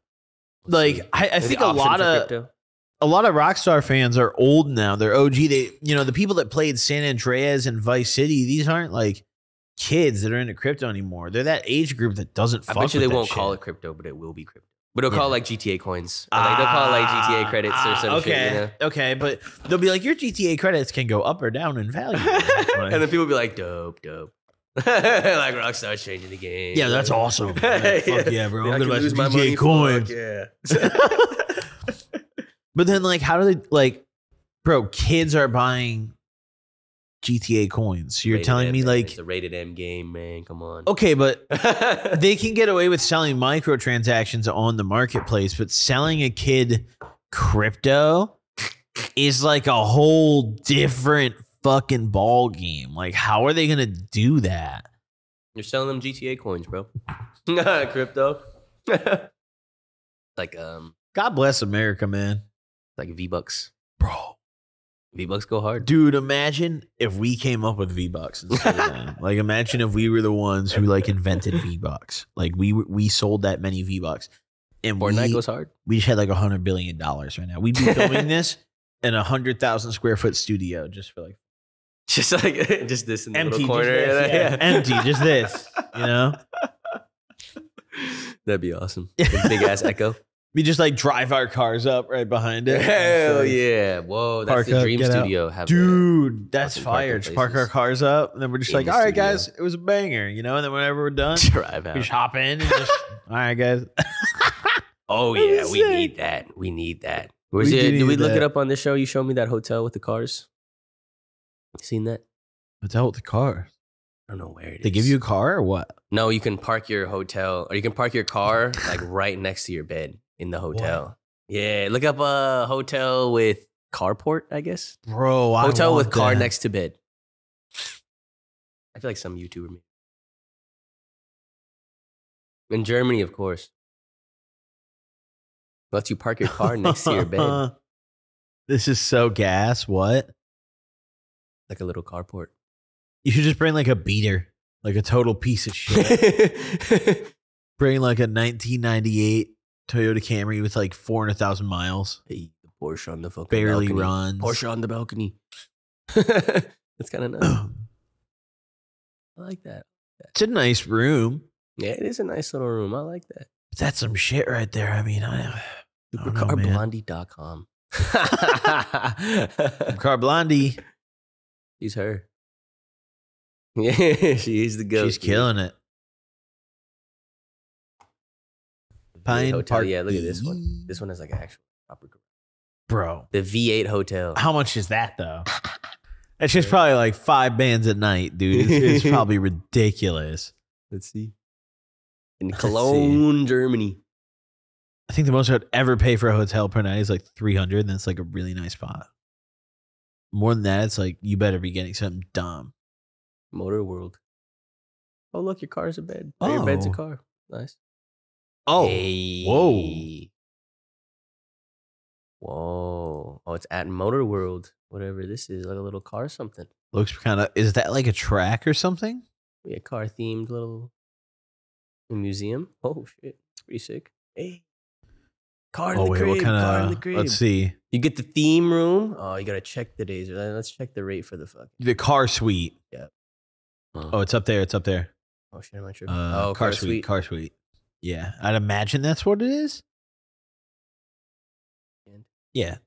B: Like, I, I
A: Maybe
B: think a
A: option
B: lot
A: for
B: of
A: crypto?
B: a lot of Rockstar fans are old now. They're OG. They, you know, the people that played San Andreas and Vice City. These aren't like kids that are into crypto anymore. They're that age group that doesn't.
A: I
B: fuck
A: bet you they
B: with that
A: won't call it
B: shit.
A: crypto, but it will be crypto. But it'll call it
B: Yeah.
A: like GTA coins. Or, like, they'll call it like GTA credits or
B: Ah,
A: some
B: okay.
A: shit. You know?
B: Okay, but they'll be like, your GTA credits can go up or down in value. Like,
A: and then people be like, dope, dope. like Rockstar's changing the game.
B: yeah, that's awesome. Like, fuck yeah, bro.
A: Man, I
B: I'm
A: can
B: gonna buy
A: lose
B: some
A: my money,
B: GTA
A: fuck, Yeah.
B: coins. But then, like, how do they like, bro? Kids are buying GTA coins. You're
A: Rated
B: telling
A: M,
B: me
A: man.
B: like,
A: it's a rated M game, man. Come on.
B: okay, but
A: Okay.
B: they can get away with selling microtransactions on the marketplace, but selling a kid crypto is like a whole different fucking ball game. Like, how are they gonna do that?
A: You're selling them GTA coins, bro. Crypto. like um,
B: God bless America, man,
A: like V Bucks.
B: bro.
A: V Bucks go hard.
B: Dude, imagine if we came up with V Bucks. like, imagine if we were the ones who like invented V Bucks. Like, we were- we sold that many V Bucks, and we,
A: Fortnite goes hard.
B: we just had like a hundred billion dollars right now. We'd be filming this in a hundred thousand square foot studio just for like
A: Just like just this in the
B: empty,
A: little corner.
B: just this,
A: Yeah.
B: yeah. empty, just this. You know,
A: That'd be awesome. Big ass echo.
B: we just like drive our cars up right behind it.
A: Hell
B: Sure.
A: yeah! Whoa, that's
B: Park
A: the
B: up,
A: dream
B: get out.
A: studio. Have the-
B: Dude, that's
A: Fucking
B: fire.
A: parking
B: Just park our
A: places.
B: cars up, and then we're just
A: In
B: like,
A: the
B: all right,
A: studio.
B: guys, it was a banger, you know? And then whenever we're done,
A: drive
B: we just
A: out.
B: hop in and just, all right, guys.
A: Oh
B: That'd be
A: yeah, we
B: sick.
A: need that. We need that. Where's
B: We
A: it?
B: do
A: Did we
B: need
A: look it
B: that.
A: up on the show? You showed me that hotel with the cars. Seen that?
B: What's out with the car?
A: I don't know where it is.
B: They give you a car or what?
A: No, you can park your hotel or you can park your car like right next to your bed in the hotel. Yeah, look up a hotel with carport, I guess.
B: Bro, I
A: hotel with
B: want
A: car
B: that.
A: next to bed. I feel like some YouTuber made. In Germany, of course. Lets you park your car next to your bed,
B: This is so gas. What?
A: like a little carport.
B: You should just bring like a beater, like a total piece of shit.
A: yeah,
B: bring like a 1998 Toyota Camry with like 400,000 miles,
A: Porsche on the fucking
B: barely
A: balcony.
B: runs.
A: Porsche on the balcony. That's kind of nice. I like that.
B: it's a nice room.
A: Yeah, it is a nice little room. I like that.
B: But that's some shit right there. I mean, I, I don't know, Oh,
A: uh,
B: man.
A: Supercarblondie.com.
B: Car Blondie,
A: She's her. Yeah, she is the goat.
B: she's
A: dude.
B: killing it. Pine
A: hotel.
B: Park.
A: Yeah, look at this one. This one is like an actual proper. gar-
B: bro.
A: The V8 hotel.
B: How much is that though? That's just probably like five bands a night, dude. It's, it's probably ridiculous.
A: Let's see. In
B: Let's see.
A: Cologne, Germany.
B: I think the most I'd ever pay for a hotel per night is like 300, and that's like a really nice spot. More than that, it's like you better be getting something dumb.
A: Motor World. Oh, look, your car's a bed. Oh, your bed's a
B: Oh.
A: car. Nice. Oh. Hey.
B: whoa.
A: Whoa. Oh, it's at Motor World. Whatever this is, like a little car something.
B: looks kind of. Is that like a track or something?
A: Yeah, car themed little museum. Oh shit. Pretty sick. Hey. Car in
B: Oh
A: the
B: wait,
A: crib.
B: what
A: car in
B: kind
A: the
B: of?
A: crib.
B: Let's see.
A: You get the theme room. Oh, you gotta check the days. uh, Let's check the rate for the fuck.
B: The car suite.
A: Yep.
B: Oh, it's up there. It's up there.
A: Oh shit, am I tripping?
B: Uh,
A: oh,
B: car, suite. Car suite. Yeah, I'd imagine that's what it is.
A: And-
B: Yeah.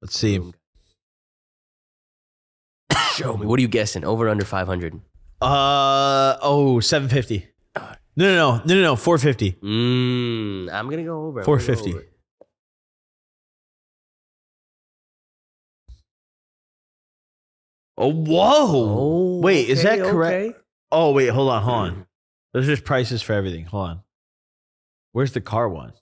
B: Let's see.
A: Boom. Show me. What are you guessing? Over or under 500?
B: Uh oh, 750. No, no, no, no, no, no, 450.
A: Mm, I'm going to go over. I'm gonna go
B: 450.
A: over.
B: Oh, whoa.
A: Oh,
B: Wait, is that
A: okay,
B: correct?
A: okay.
B: Oh, wait, hold on, hold on. There's just prices for everything. Hold on. Where's the car one?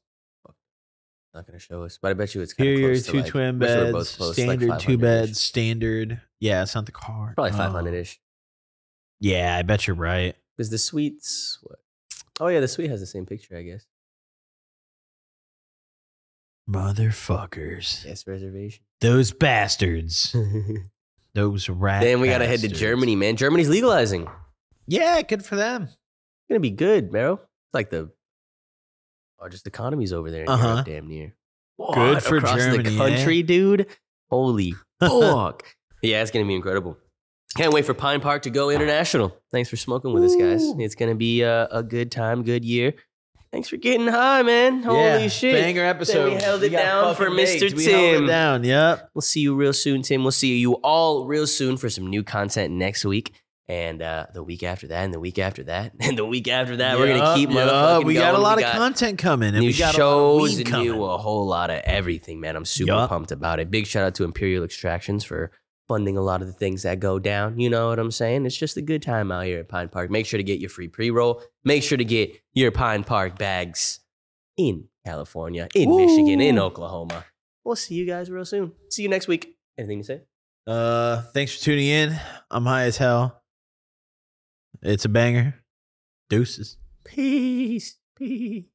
A: Not going to show us, but I bet you it's kind of
B: Here,
A: close.
B: two
A: to like,
B: twin
A: I wish we were
B: beds,
A: both close, like
B: standard two
A: 500-ish.
B: beds, standard. Yeah, it's not the car.
A: Probably
B: Oh.
A: 500 ish.
B: Yeah, I bet you're right.
A: Because the suites, what? Oh, yeah, the suite has the same picture, I guess.
B: Motherfuckers.
A: Yes, reservation.
B: Those bastards.
A: then
B: Those rats.
A: we got to head to Germany, man. Germany's legalizing. It's
B: Yeah, good for them.
A: going to be good, bro. It's like the largest economies over there in Europe,
B: Uh-huh.
A: damn near.
B: Good
A: What?
B: for
A: Across
B: Germany,
A: the
B: eh?
A: country, dude. Holy fuck. yeah, it's going to be incredible. Can't wait for Pine Park to go international. Thanks for smoking with us, guys.
B: Ooh.
A: It's going to be a, a good time, good year. Thanks for getting high, man. Holy
B: Yeah,
A: shit.
B: Banger episode.
A: held it
B: got
A: down for
B: fucking
A: Mr.
B: baked. We held
A: Tim.
B: it down. Yep.
A: We'll see you real soon, Tim. We'll see you all real soon for some new content next week. And uh, the week after that, and the week after that, and the week after that, we're gonna
B: Yup,
A: keep
B: yup.
A: motherfucking
B: We got a
A: going.
B: lot
A: We
B: of
A: got-
B: content coming, and
A: new
B: we got
A: shows
B: a lot of weed
A: and
B: coming.
A: new a whole lot of everything, man. I'm super
B: Yup.
A: pumped about it. Big shout out to Imperial Extractions for funding a lot of the things that go down. You know what I'm saying? It's just a good time out here at Pine Park. Make sure to get your free pre roll. Make sure to get your Pine Park bags in California, in
B: Woo.
A: Michigan, in Oklahoma. We'll see you guys real soon. See you next week. Anything to say?
B: Uh, thanks for tuning in. I'm high as hell. It's a banger. Deuces.
A: Peace. Peace.